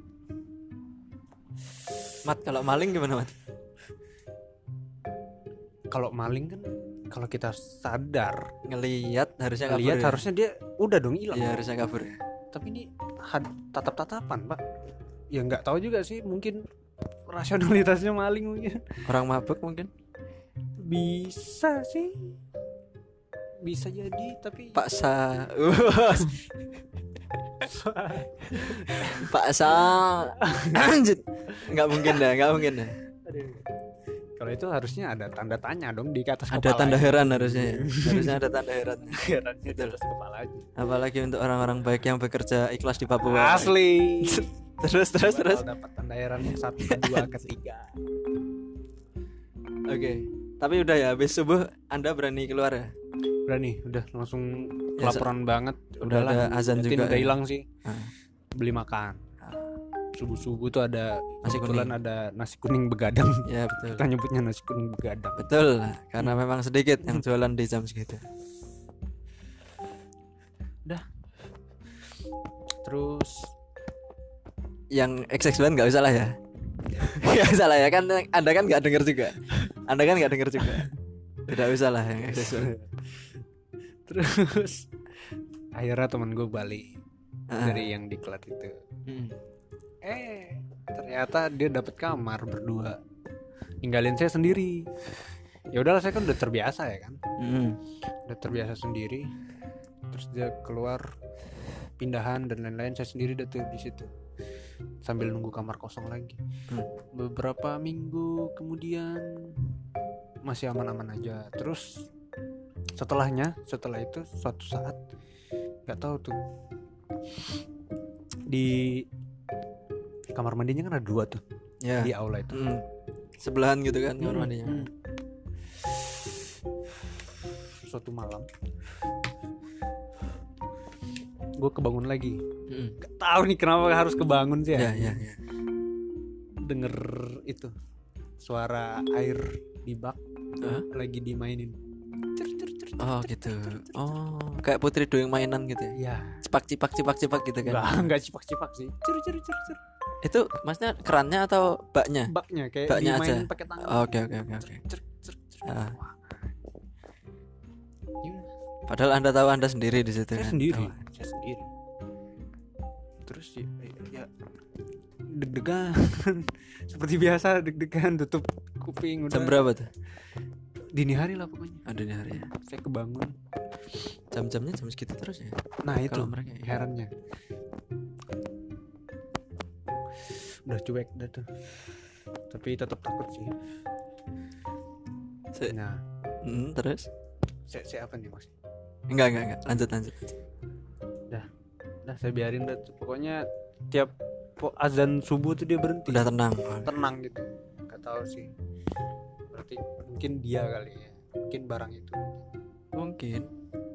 S1: Mat kalau maling gimana mat?
S2: kalau maling kan kalau kita sadar
S1: Ngelihat harusnya kabur.
S2: lihat
S1: ya?
S2: harusnya dia udah dong hilang
S1: Iya harusnya kabur. ya.
S2: tapi ini tatap tatapan pak ya nggak tahu juga sih mungkin rasionalitasnya maling mungkin
S1: Orang mabuk mungkin.
S2: bisa sih bisa jadi tapi
S1: Pak Sa. Pak Sa. Lanjut. Enggak mungkin dah, enggak mungkin dah.
S2: Aduh. kalau itu harusnya ada tanda tanya dong di atas
S1: Ada
S2: kepala
S1: tanda heran harusnya. ya. Harusnya ada tanda heran.
S2: herannya di atas kepala aja
S1: Apalagi untuk orang-orang baik yang bekerja ikhlas di Papua.
S2: asli
S1: Terus terus
S2: Gua
S1: terus.
S2: kalau dapat tanda herannya satu kedua ketiga
S1: Oke. Tapi udah ya habis subuh Anda berani keluar ya.
S2: berani udah langsung
S1: Ya, sa-
S2: kelaparan banget
S1: udah
S2: udahlah
S1: ada azan
S2: Yatin
S1: juga ya.
S2: udah hilang sih
S1: Ah.
S2: beli makan subuh subuh tuh ada
S1: Nasi
S2: kebetulan ada nasi kuning begadang
S1: Ya betul.
S2: kita nyebutnya nasi kuning begadang
S1: Betul, karena memang sedikit yang jualan di jam segitu.
S2: terus
S1: yang XX Band nggak usah lah ya nggak usah lah ya kan anda kan nggak denger juga anda kan nggak denger juga tidak usah lah yang XX Band
S2: terus akhirnya teman gue balik
S1: Ah.
S2: dari yang diklat itu
S1: Mm.
S2: eh ternyata dia dapat kamar berdua ninggalin saya sendiri ya udahlah saya kan udah terbiasa ya kan
S1: Mm.
S2: udah terbiasa sendiri terus dia keluar pindahan dan lain-lain saya sendiri udah tuh di situ sambil nunggu kamar kosong lagi
S1: Hmm.
S2: beberapa minggu kemudian masih aman-aman aja terus setelahnya setelah itu suatu saat nggak tahu tuh di kamar mandinya kan ada dua tuh
S1: ya
S2: di aula itu
S1: Mm. sebelahan gitu kan kamar
S2: Hmm,
S1: mandinya
S2: hmm. Suatu malam Gue kebangun lagi
S1: Mm.
S2: Gak tahu nih kenapa harus kebangun sih
S1: Hmm. ya
S2: ya
S1: ya ya
S2: denger itu suara air di bak
S1: Hah?
S2: lagi dimainin Cer, cer, cer, cer,
S1: Oh
S2: cer,
S1: gitu.
S2: cer, cer, cer.
S1: Oh, kayak putri doing mainan gitu ya.
S2: ya
S1: Cepak cipak cipak cipak gitu kan.
S2: nggak nggak cipak cipak sih cer cer cer cer
S1: Itu maksudnya kerannya atau baknya?
S2: baknya kayak
S1: Ya. Baknya
S2: dimainin
S1: aja.
S2: pakai tangan
S1: Oke oke oke oke.
S2: Cer, cer, cer, cer.
S1: Ah.
S2: Wah. Gimana?
S1: Padahal Anda tahu Anda sendiri di situ
S2: saya
S1: kan.
S2: sendiri
S1: Oh.
S2: saya sendiri terus ya, ya deg-degan seperti biasa deg-degan tutup kuping udah
S1: Jam berapa tuh?
S2: dini hari lah pokoknya
S1: Aduh ini hari ya.
S2: saya kebangun
S1: Jam-jamnya jam segitu terus ya.
S2: nah itu
S1: Kalau mereka ya.
S2: herannya udah cuek dah tuh tapi tetap takut sih
S1: Se-
S2: nah
S1: Hmm, terus?
S2: saya, saya apa nih mas
S1: Enggak enggak enggak. Lanjut lanjut.
S2: nah saya biarin dah tuh. pokoknya tiap po- azan subuh tuh dia berhenti
S1: Udah tenang.
S2: tenang gitu nggak tahu sih berarti mungkin dia kali ya mungkin barang itu
S1: Mungkin.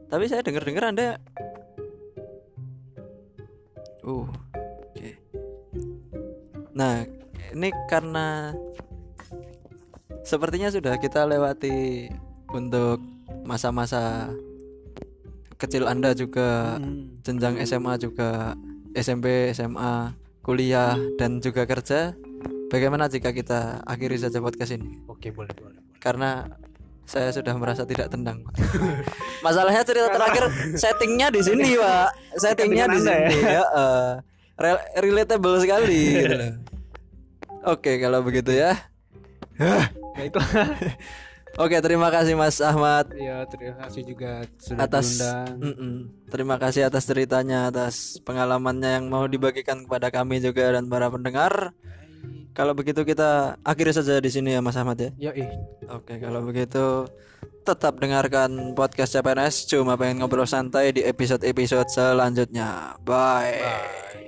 S1: Tapi saya dengar-dengar Anda Uh. Oke. Nah, ini karena sepertinya sudah kita lewati untuk masa-masa kecil Anda juga,
S2: Hmm.
S1: jenjang SMA juga, SMP, SMA, kuliah dan juga kerja. Bagaimana jika kita akhiri saja podcast ini?
S2: oke boleh boleh boleh
S1: karena saya sudah merasa tidak tenang. Pak. Masalahnya cerita terakhir settingnya di sini, Pak. Settingnya di
S2: Anda
S1: sini.
S2: ya. Iya.
S1: Ya. eh. Rel- relatable sekali gitu loh. Oke, kalau begitu ya.
S2: baiklah
S1: Oke, terima kasih Mas Ahmad
S2: ya terima kasih juga sudah
S1: atas Hmm.
S2: diundang
S1: Mm-mm. terima kasih atas ceritanya, atas pengalamannya yang mau dibagikan kepada kami juga dan para pendengar. Kalau begitu kita akhiri saja di sini ya Mas Ahmad ya.
S2: ya ih
S1: Oke, kalau begitu tetap dengarkan podcast CPNS cuma pengen ngobrol santai di episode-episode selanjutnya. Bye.
S2: bye